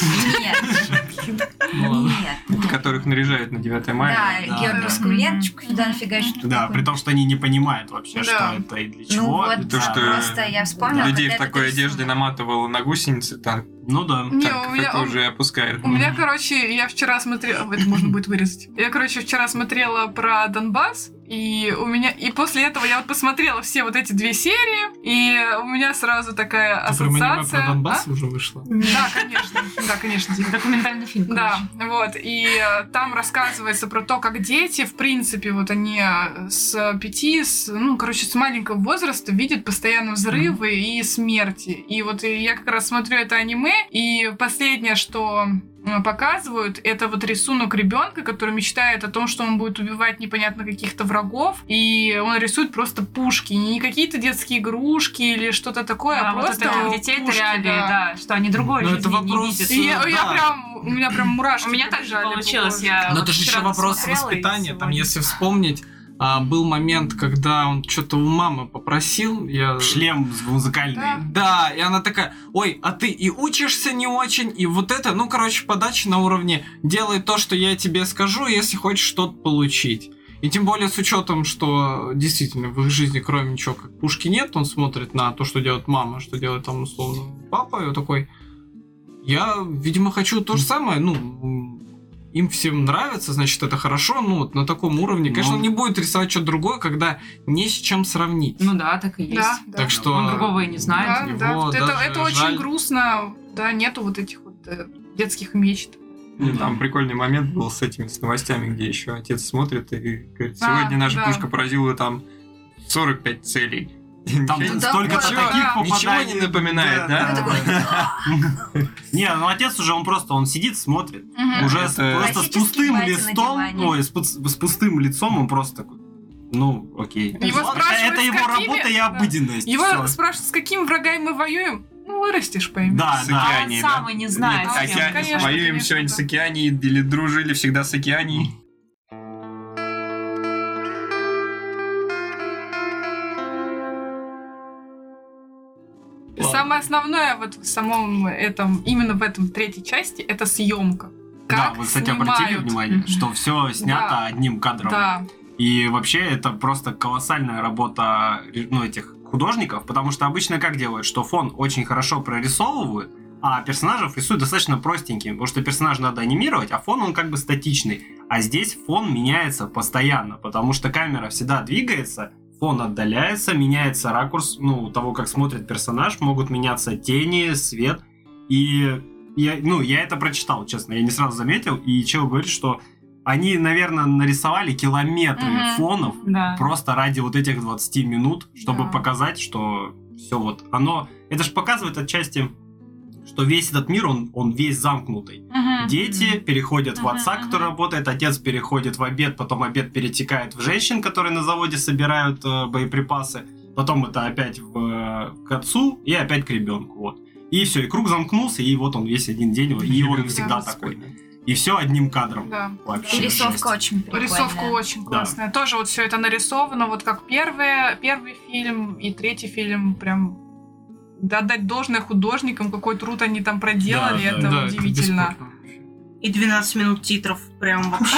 Ну Нет, нет. которых наряжают на 9 Да, мая. да, георгиевскую да. ленточку сюда нафигачить. Да, при том, что они не понимают вообще, Да. что это и для Ну чего. вот, и то, да. что- просто я вспомнила. Людей когда в это такой нарисовала. одежде наматывал на гусеницы, так, Ну да. Не, так у меня- это уже опускает. У меня, короче, я вчера смотрела... Это можно будет вырезать. Я, короче, вчера смотрела про Донбасс, и у меня... И после этого я вот посмотрела все вот эти две серии, и у меня сразу такая Ты прям аниме ассоциация... Типа, про Донбасс уже вышло. А? Да, конечно. Да, конечно. Документальный фильм. Да, вот. И э, там рассказывается про то, как дети, в принципе, вот они э, с пяти, с, ну, короче, с маленького возраста видят постоянно взрывы и смерти. И вот и я как раз смотрю это аниме, аниме. И последнее, что м, показывают, это вот рисунок ребенка, который мечтает о том, что он будет убивать непонятно каких-то врагов, и он рисует просто пушки, не какие-то детские игрушки или что-то такое, а, А, вот просто это для детей это пушки, реалии, да. да. что они другой Ну, жизни это не вопрос- видят. И я, Ну, я да. прям, у меня прям мурашки. У меня так же побежали по получилось, коже. я Но вот это же еще вчера вопрос досмотрела и воспитания. Там, сегодня- если вспомнить, а, был момент, когда он что-то у мамы попросил. Я... Шлем музыкальный. Да, и она такая, ой, а ты и учишься не очень, и вот это, ну, короче, подача на уровне «делай то, что я тебе скажу, если хочешь что-то получить». И тем более с учетом, что действительно в их жизни кроме ничего как пушки нет, он смотрит на то, что делает мама, что делает там условно папа, и он такой, я, видимо, хочу то же самое, ну, м, им всем нравится, значит, это хорошо, ну, вот на таком уровне. Конечно, Ну. он не будет рисовать что-то другое, когда не с чем сравнить. Ну да, так и есть. Да, да. так что... Он другого и не знает. Да, да. его Вот это, даже это очень жаль. грустно. Да, нету вот этих вот э, детских мечт. Ну, Там прикольный момент был с этими с новостями, где еще отец смотрит и говорит, Да, сегодня наша да. пушка поразила там 45 целей. Там Ничего- столько такое, таких да. Ничего попаданий. не напоминает, Да, Ну, да? такой, «Да». Не, ну отец уже, он просто, он сидит, смотрит. Мгм. Уже Это- с- просто с Классический пустым батя на листом, диване. ой, с, пу- с пустым лицом он просто такой, ну, окей. Его Ладно, спрашивают, это с его какими- работа и да. обыденность. Его всё. спрашивают, с какими врагами мы воюем? Ну, вырастешь, пойми. Да, С да. А Океанией, он да? сам и не знает. Нет, с кем. Океане. Конечно, Воюем конечно, сегодня да. с океанией или дружили всегда с океанией. Самое основное вот в самом этом, именно в этом третьей части, это съемка. Да, Как вы, кстати, обратили снимают. внимание, что все снято Да. одним кадром. Да, И вообще это просто колоссальная работа ну, этих художников, потому что обычно как делают, что фон очень хорошо прорисовывают, а персонажев рисуют достаточно простенькими, потому что персонаж надо анимировать, а фон он как бы статичный. А здесь фон меняется постоянно, потому что камера всегда двигается, фон отдаляется, меняется ракурс, ну, того, как смотрит персонаж, могут меняться тени, свет. И я, ну, я это прочитал, честно, я не сразу заметил, и чел говорит, что они, наверное, нарисовали километры Мгм. фонов Да. просто ради вот этих 20 минут, чтобы Да. показать, что все вот оно... Это же показывает отчасти, что весь этот мир, он, он весь замкнутый. Дети переходят в Мгм, отца, который мгм. работает, отец переходит в обед, потом обед перетекает в женщин, которые на заводе собирают э, боеприпасы, потом это опять в, э, к отцу и опять к ребенку. Вот. И все, и круг замкнулся, и вот он весь один день, и он Ребенок всегда такой. спокойный. И все одним кадром. да. Вообще И рисовка жесть. очень прикольная. Рисовка очень Да. классная. Тоже вот все это нарисовано, вот как первое, первый фильм и третий фильм прям да, отдать должное художникам, какой труд они там проделали, Да, да, это Да, это удивительно. бесспорно. И 12 минут титров. Прям вообще.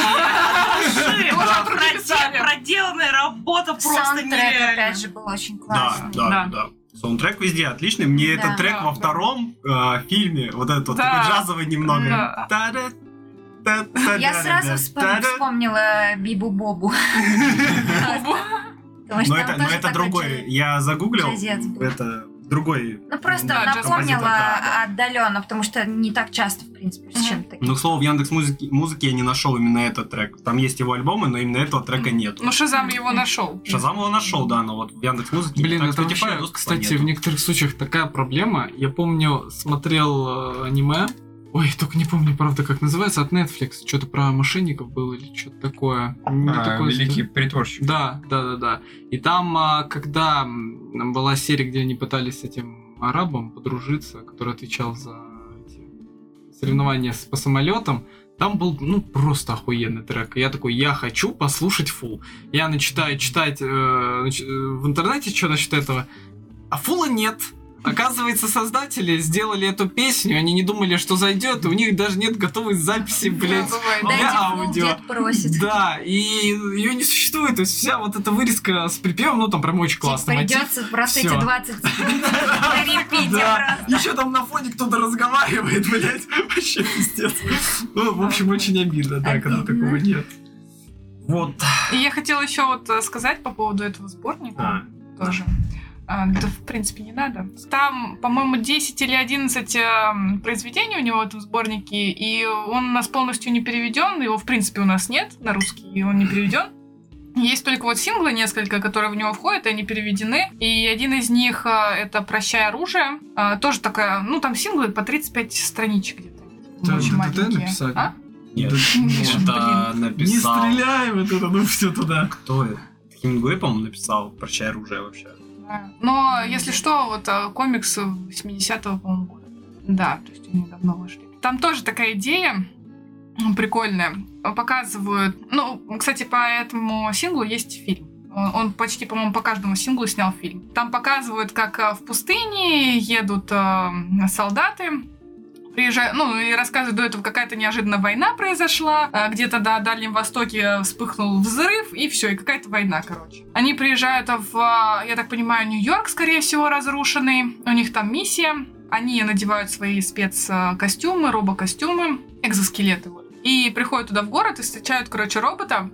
Вообще, Тоже да, прописали. проде- Проделанная работа просто Ну, Саундтрек, нереальная. опять же, был очень Да, классный. да, Да. да. Саундтрек везде отличный. Мне Да, этот трек да, во да. втором э, фильме, вот этот вот Да. такой джазовый немного. Да. Та-да, та-та-да-да-да. Я сразу вспом- Та-да. вспомнила Бибу Бобу. Потому что Но там это, но тоже это такой другой. джаз- Я загуглил. джазец был. Это другой. Ну, просто Да, джаз напомнила композитор, да, отдаленно, потому что не так часто, в принципе, с Мгм. чем-то. Ну, к слову, в Яндекс музыке я не нашел именно этот трек. Там есть его альбомы, но именно этого трека нету. Ну, Шазам его нашел. Шазам его нашел, да, но вот в Яндекс музыке. Блин, это вообще, кстати, в некоторых случаях такая проблема. Я помню, смотрел э, аниме. Ой, только не помню, правда, как называется, от Netflix. Что-то про мошенников было или что-то такое. Не А, такое Великий ста- притворщик. Да, да, да, да. И там, а, когда м, была серия, где они пытались с этим арабом подружиться, который отвечал за эти соревнования с- по самолетам, там был, ну, просто охуенный трек. И Я такой, я хочу послушать фул. Я начинаю читать э, нач- э, в интернете, что насчет этого, а фула нет. Оказывается, создатели сделали эту песню, они не думали, что зайдет, и у них даже нет готовой записи, блядь. бывает. Да, Дайте я фул, аудио. дед просит. Да, и ее не существует. То есть вся вот эта вырезка с припевом, ну там прям очень Типа классно. Придется просто Всё. эти 20 секунд на репите просто. Еще там на фоне кто-то разговаривает, блядь. Вообще пиздец. Ну, в общем, очень обидно, да, когда Обидно. такого нет. Вот. И я хотела еще вот э, сказать по поводу этого сборника А. тоже. А, Да, в принципе, не надо. Там, по-моему, 10 или 11 эм, произведений у него в этом сборнике, и он у нас полностью не переведен, его, в принципе, у нас нет на русский, и он не переведен. Есть только вот синглы несколько, которые в него входят, и они переведены. И один из них а, это «Прощай оружие». А, Тоже такая, ну там синглы по 35 страничек где-то. Да, Очень это ты маленькие. написали? А? Нет. Это Не написал. стреляй вот это, ну все туда. Кто это? Хингуэй, по-моему, написал «Прощай оружие» вообще. Да. Но, если что, вот а, комикс 80-го, по-моему, года. Да, то есть они давно вышли. Там тоже такая идея м, прикольная. Показывают... Ну, кстати, по этому синглу есть фильм. Он, он почти, по-моему, по каждому синглу снял фильм. Там показывают, как а, в пустыне едут а, солдаты, приезжают, ну, и рассказывают до этого, какая-то неожиданная война произошла, а, где-то на Дальнем Востоке вспыхнул взрыв, и все, и какая-то война, короче. Они приезжают в, а, я так понимаю, Нью-Йорк, скорее всего, разрушенный, у них там миссия, они надевают свои спецкостюмы, робокостюмы, экзоскелеты, вот. И приходят туда в город и встречают, короче, робота,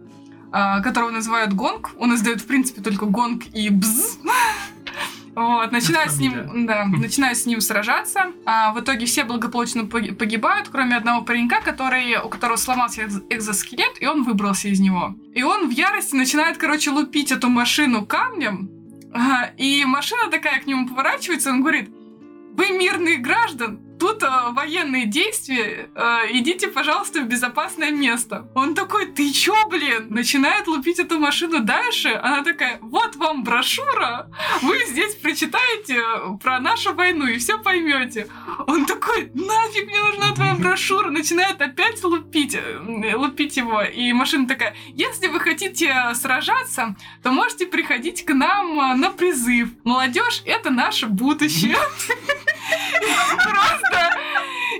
а, которого называют Гонг. Он издает, в принципе, только Гонг и Бз. Вот, начинают с ним, да, начинают с ним сражаться. А, в итоге все благополучно пог- погибают, кроме одного паренька, который, у которого сломался экз- экзоскелет, и он выбрался из него. И он в ярости начинает, короче, лупить эту машину камнем. А, и машина такая к нему поворачивается, он говорит, вы мирные граждан, тут а, военные действия, а, идите, пожалуйста, в безопасное место. Он такой, ты чё, блин? Начинает лупить эту машину дальше, она такая, вот вам брошюра, вы здесь прочитаете э, про нашу войну и все поймете. Он такой, нафиг мне нужна твоя брошюра, начинает опять лупить, э, лупить его. И машина такая, если вы хотите э, сражаться, то можете приходить к нам а, на призыв. Молодежь это наше будущее. Просто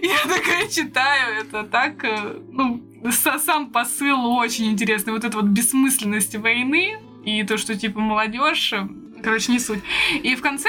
я такая читаю это так, э, ну, со- сам посыл очень интересный. Вот эта вот бессмысленность войны и то, что типа молодежь, э, короче, не суть. И в конце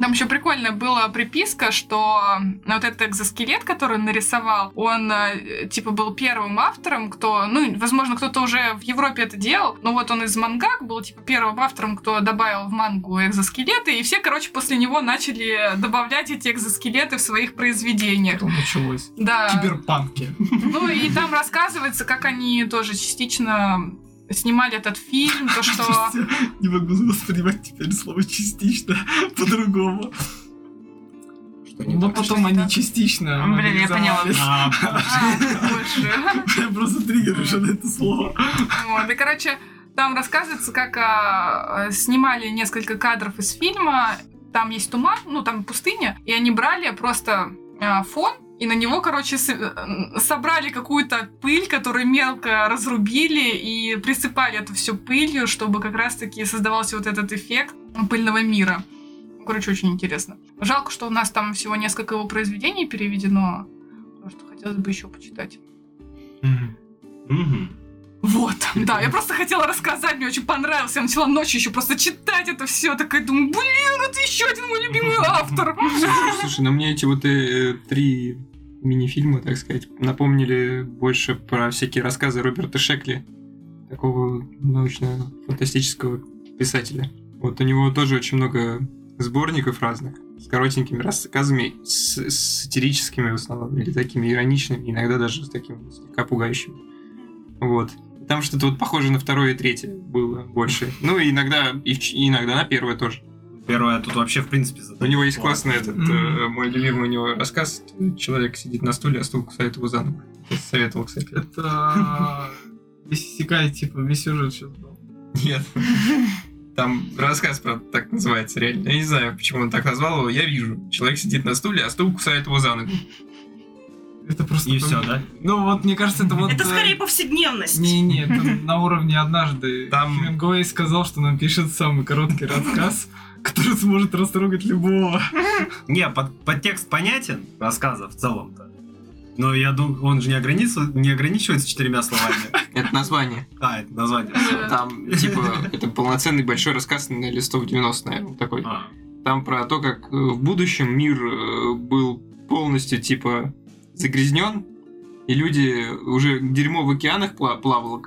там еще прикольно была приписка, что э, вот этот экзоскелет, который он нарисовал, он э, типа был первым автором, кто, ну, возможно, кто-то уже в Европе это делал, но вот он из мангак был типа первым автором, кто добавил в мангу экзоскелеты, и все, короче, после него начали добавлять эти экзоскелеты в своих произведениях. Потом началось. Да. Киберпанки. Ну и там рассказывается, как они тоже частично снимали этот фильм, то А что... Не могу воспринимать теперь слово частично по-другому. Что не Но так? Ну, потом не они так? частично. М, блин, я поняла. анализовались. А, А, боже. А, Я просто триггерю уже на это слово. Вот, и, короче, там рассказывается, как а, а, снимали несколько кадров из фильма. Там есть туман, ну, там пустыня, и они брали просто а, фон, и на него, короче, с- э, собрали какую-то пыль, которую мелко разрубили, и присыпали эту всю пылью, чтобы как раз-таки создавался вот этот эффект пыльного мира. Короче, очень интересно. Жалко, что у нас там всего несколько его произведений переведено, потому что хотелось бы еще почитать. мгм. Вот, да, я просто хотела рассказать, мне очень понравилось, я начала ночью еще просто читать это все, такая думаю, блин, это еще один мой любимый автор. Слушай, ну мне эти вот э, три мини-фильма, так сказать, напомнили больше про всякие рассказы Роберта Шекли, такого научно-фантастического писателя. Вот у него тоже очень много сборников разных, с коротенькими рассказами, с, с сатирическими в основном, или такими ироничными, иногда даже с такими слегка пугающими. Вот. Там что-то вот похоже на второе и третье было больше. Ну и иногда, и, в ч- и иногда на первое тоже. Первое тут вообще, в принципе, У задумка. него есть классный этот, Мгм. э, мой любимый у него рассказ. Человек сидит на стуле, а стул кусает его за ногу. Я Советовал, кстати. Это... Весь Исекай, типа, весь сюжет сейчас был. Нет. Там рассказ, правда, так называется реально. Я не знаю, почему он так назвал его. Я вижу. Человек сидит на стуле, а стул кусает его за ногу. Это просто... И там- все, да? Ну вот, мне кажется, это вот... Это э, скорее повседневность. Не-не, это на уровне однажды. Там- Хемингуэй сказал, что напишет самый короткий рассказ, который сможет растрогать любого. Не, под, подтекст понятен рассказа в целом-то. Но я думаю, он же не, ограничивается, не ограничивается четырьмя словами. Это название. А, это название. Э. Там, типа, это полноценный большой рассказ на листов 90, наверное, такой. А, Там про то, как э, в будущем мир э, был полностью типа загрязнен, и люди уже дерьмо в океанах пла- плавало,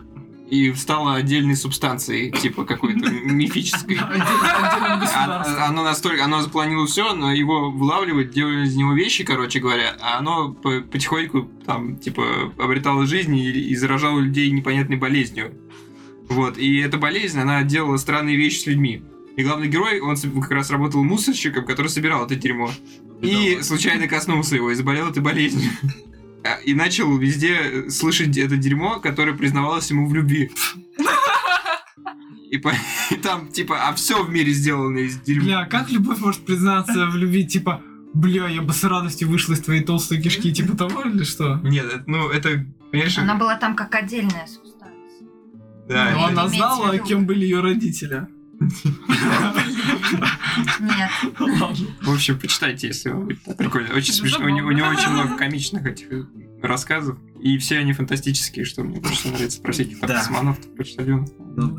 и стало отдельной субстанцией, типа какой-то мифической. Отдельным государством. А- Оно настолько, оно запланило все, но его вылавливать, делали из него вещи, короче говоря, а оно по- потихоньку там, типа, обретало жизнь и, и заражало людей непонятной болезнью. Вот, и эта болезнь, она делала странные вещи с людьми. И главный герой, он с- как раз работал мусорщиком, который собирал это дерьмо. ну, И случайно коснулся его и типа, заболел этой болезнью. А, И начал везде э, слышать это дерьмо, которое признавалось ему в любви. И, по- и там, типа, а все в мире сделано из дерьма. Бля, как любовь может признаться в любви, типа, бля, я бы с радостью вышла из твоей толстой кишки, типа того или что? Нет, это- ну это, понимаешь, Она была там как отдельная субстанция. да, Но Ну, это- она имеется в знала, виду. кем были ее родители. Нет. В общем, почитайте, если вам будет так прикольно. Очень Ну, смешно. У него, у него очень много комичных этих э, рассказов. И все они фантастические, что мне просто нравится про всяких там Да. космонавтов, почтальонов. Ну,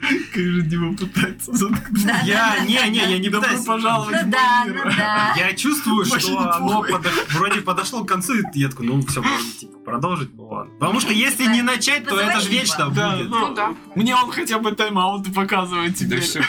Как же Дима пытается заткнуть. Да, Я, да, не, да, не, я не Добро пытаюсь. пожаловать ну да, в мой да, мир. да, да. Я чувствую, Больше что не оно трогай. подо- вроде подошло к концу, и я такой, ну все, можно типа, продолжить. ну ладно. Потому что если не начать, то это же вечно Да, будет. Ну да. Мне он хотя бы тайм-аут показывает Да теперь. все.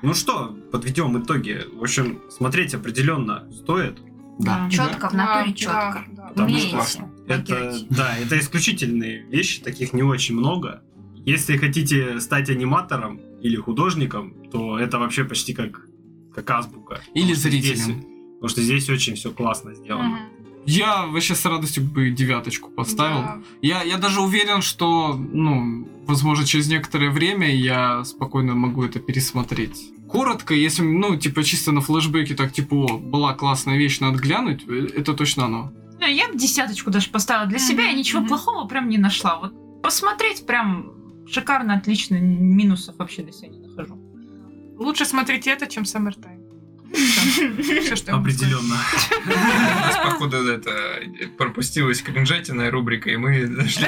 Ну что, подведем итоги. В общем, смотреть определенно стоит. Да. Четко, в натуре четко. Да, да. Потому Умеете. что это, Макерович. да, это исключительные вещи, таких не очень много. Если хотите стать аниматором или художником, то это вообще почти как, как азбука. Или Потому что здесь- зрителям. Потому что здесь очень все классно сделано. Мгм. Я вообще с радостью бы девяточку поставил. Да. Я, я даже уверен, что, ну, возможно, через некоторое время я спокойно могу это пересмотреть. Коротко, если, ну, типа, чисто на флешбеке, так, типа, «О, была классная вещь, надо глянуть, э, это точно оно. Да, Я бы десяточку даже поставила для себя, я Мгм, ничего мгм. плохого прям не нашла. Вот посмотреть прям шикарно, отлично, минусов вообще для себя не нахожу. Лучше смотрите это, чем Summertime. Все, что я могу сказать. Определенно. У нас, походу, это э, пропустилась кринжатина рубрика, и мы дошли,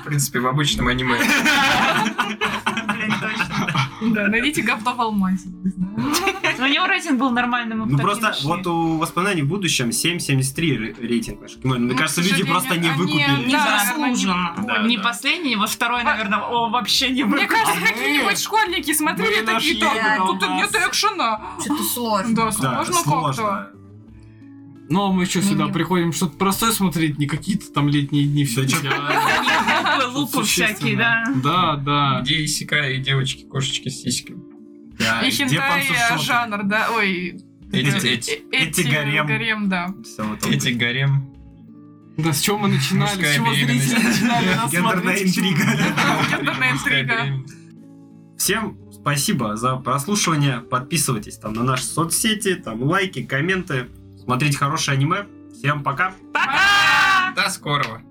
в принципе, в обычном аниме. Блин, точно. Да, найдите говно в алмазе. не знаю. Но у него рейтинг был нормальный, мы бы Ну так не просто нашли. вот у воспоминаний в будущем 7,73 ре- рейтинг. наш. Ну, Мне Ну, к кажется, люди сожалению, просто не они- выкупили. да, Незаслуженно. наверное, не- Да, Не да. последний, во второй, наверное, о, вообще не А, Мне выкупил. кажется, мы- какие-нибудь школьники смотрели мы такие, нашли да, этот тут алмаз». нет экшена. Что-то сложно. Да, Да, сложно как-то. сложно. Ну, а мы еще Не, сюда не. приходим что-то простое смотреть, не какие-то там летние дни все. Да чё- Лупы всякие, да. Да, да. Где Исикай и девочки-кошечки с сиськами. Да, А И где хентай панцушоты? э, жанр, да, ой. Эти, э, эти, э, эти гарем. Гарем, да. Всё вот он. эти гарем. Да, с чего мы начинали, с Мужская чего беременность. зрители начинали нас Гендерная смотреть, к чему- интрига. Гендерная Мужская интрига. беременность. Всем спасибо за прослушивание. Подписывайтесь там на наши соцсети, там лайки, комменты. Смотрите хорошее аниме. Всем пока. До скорого.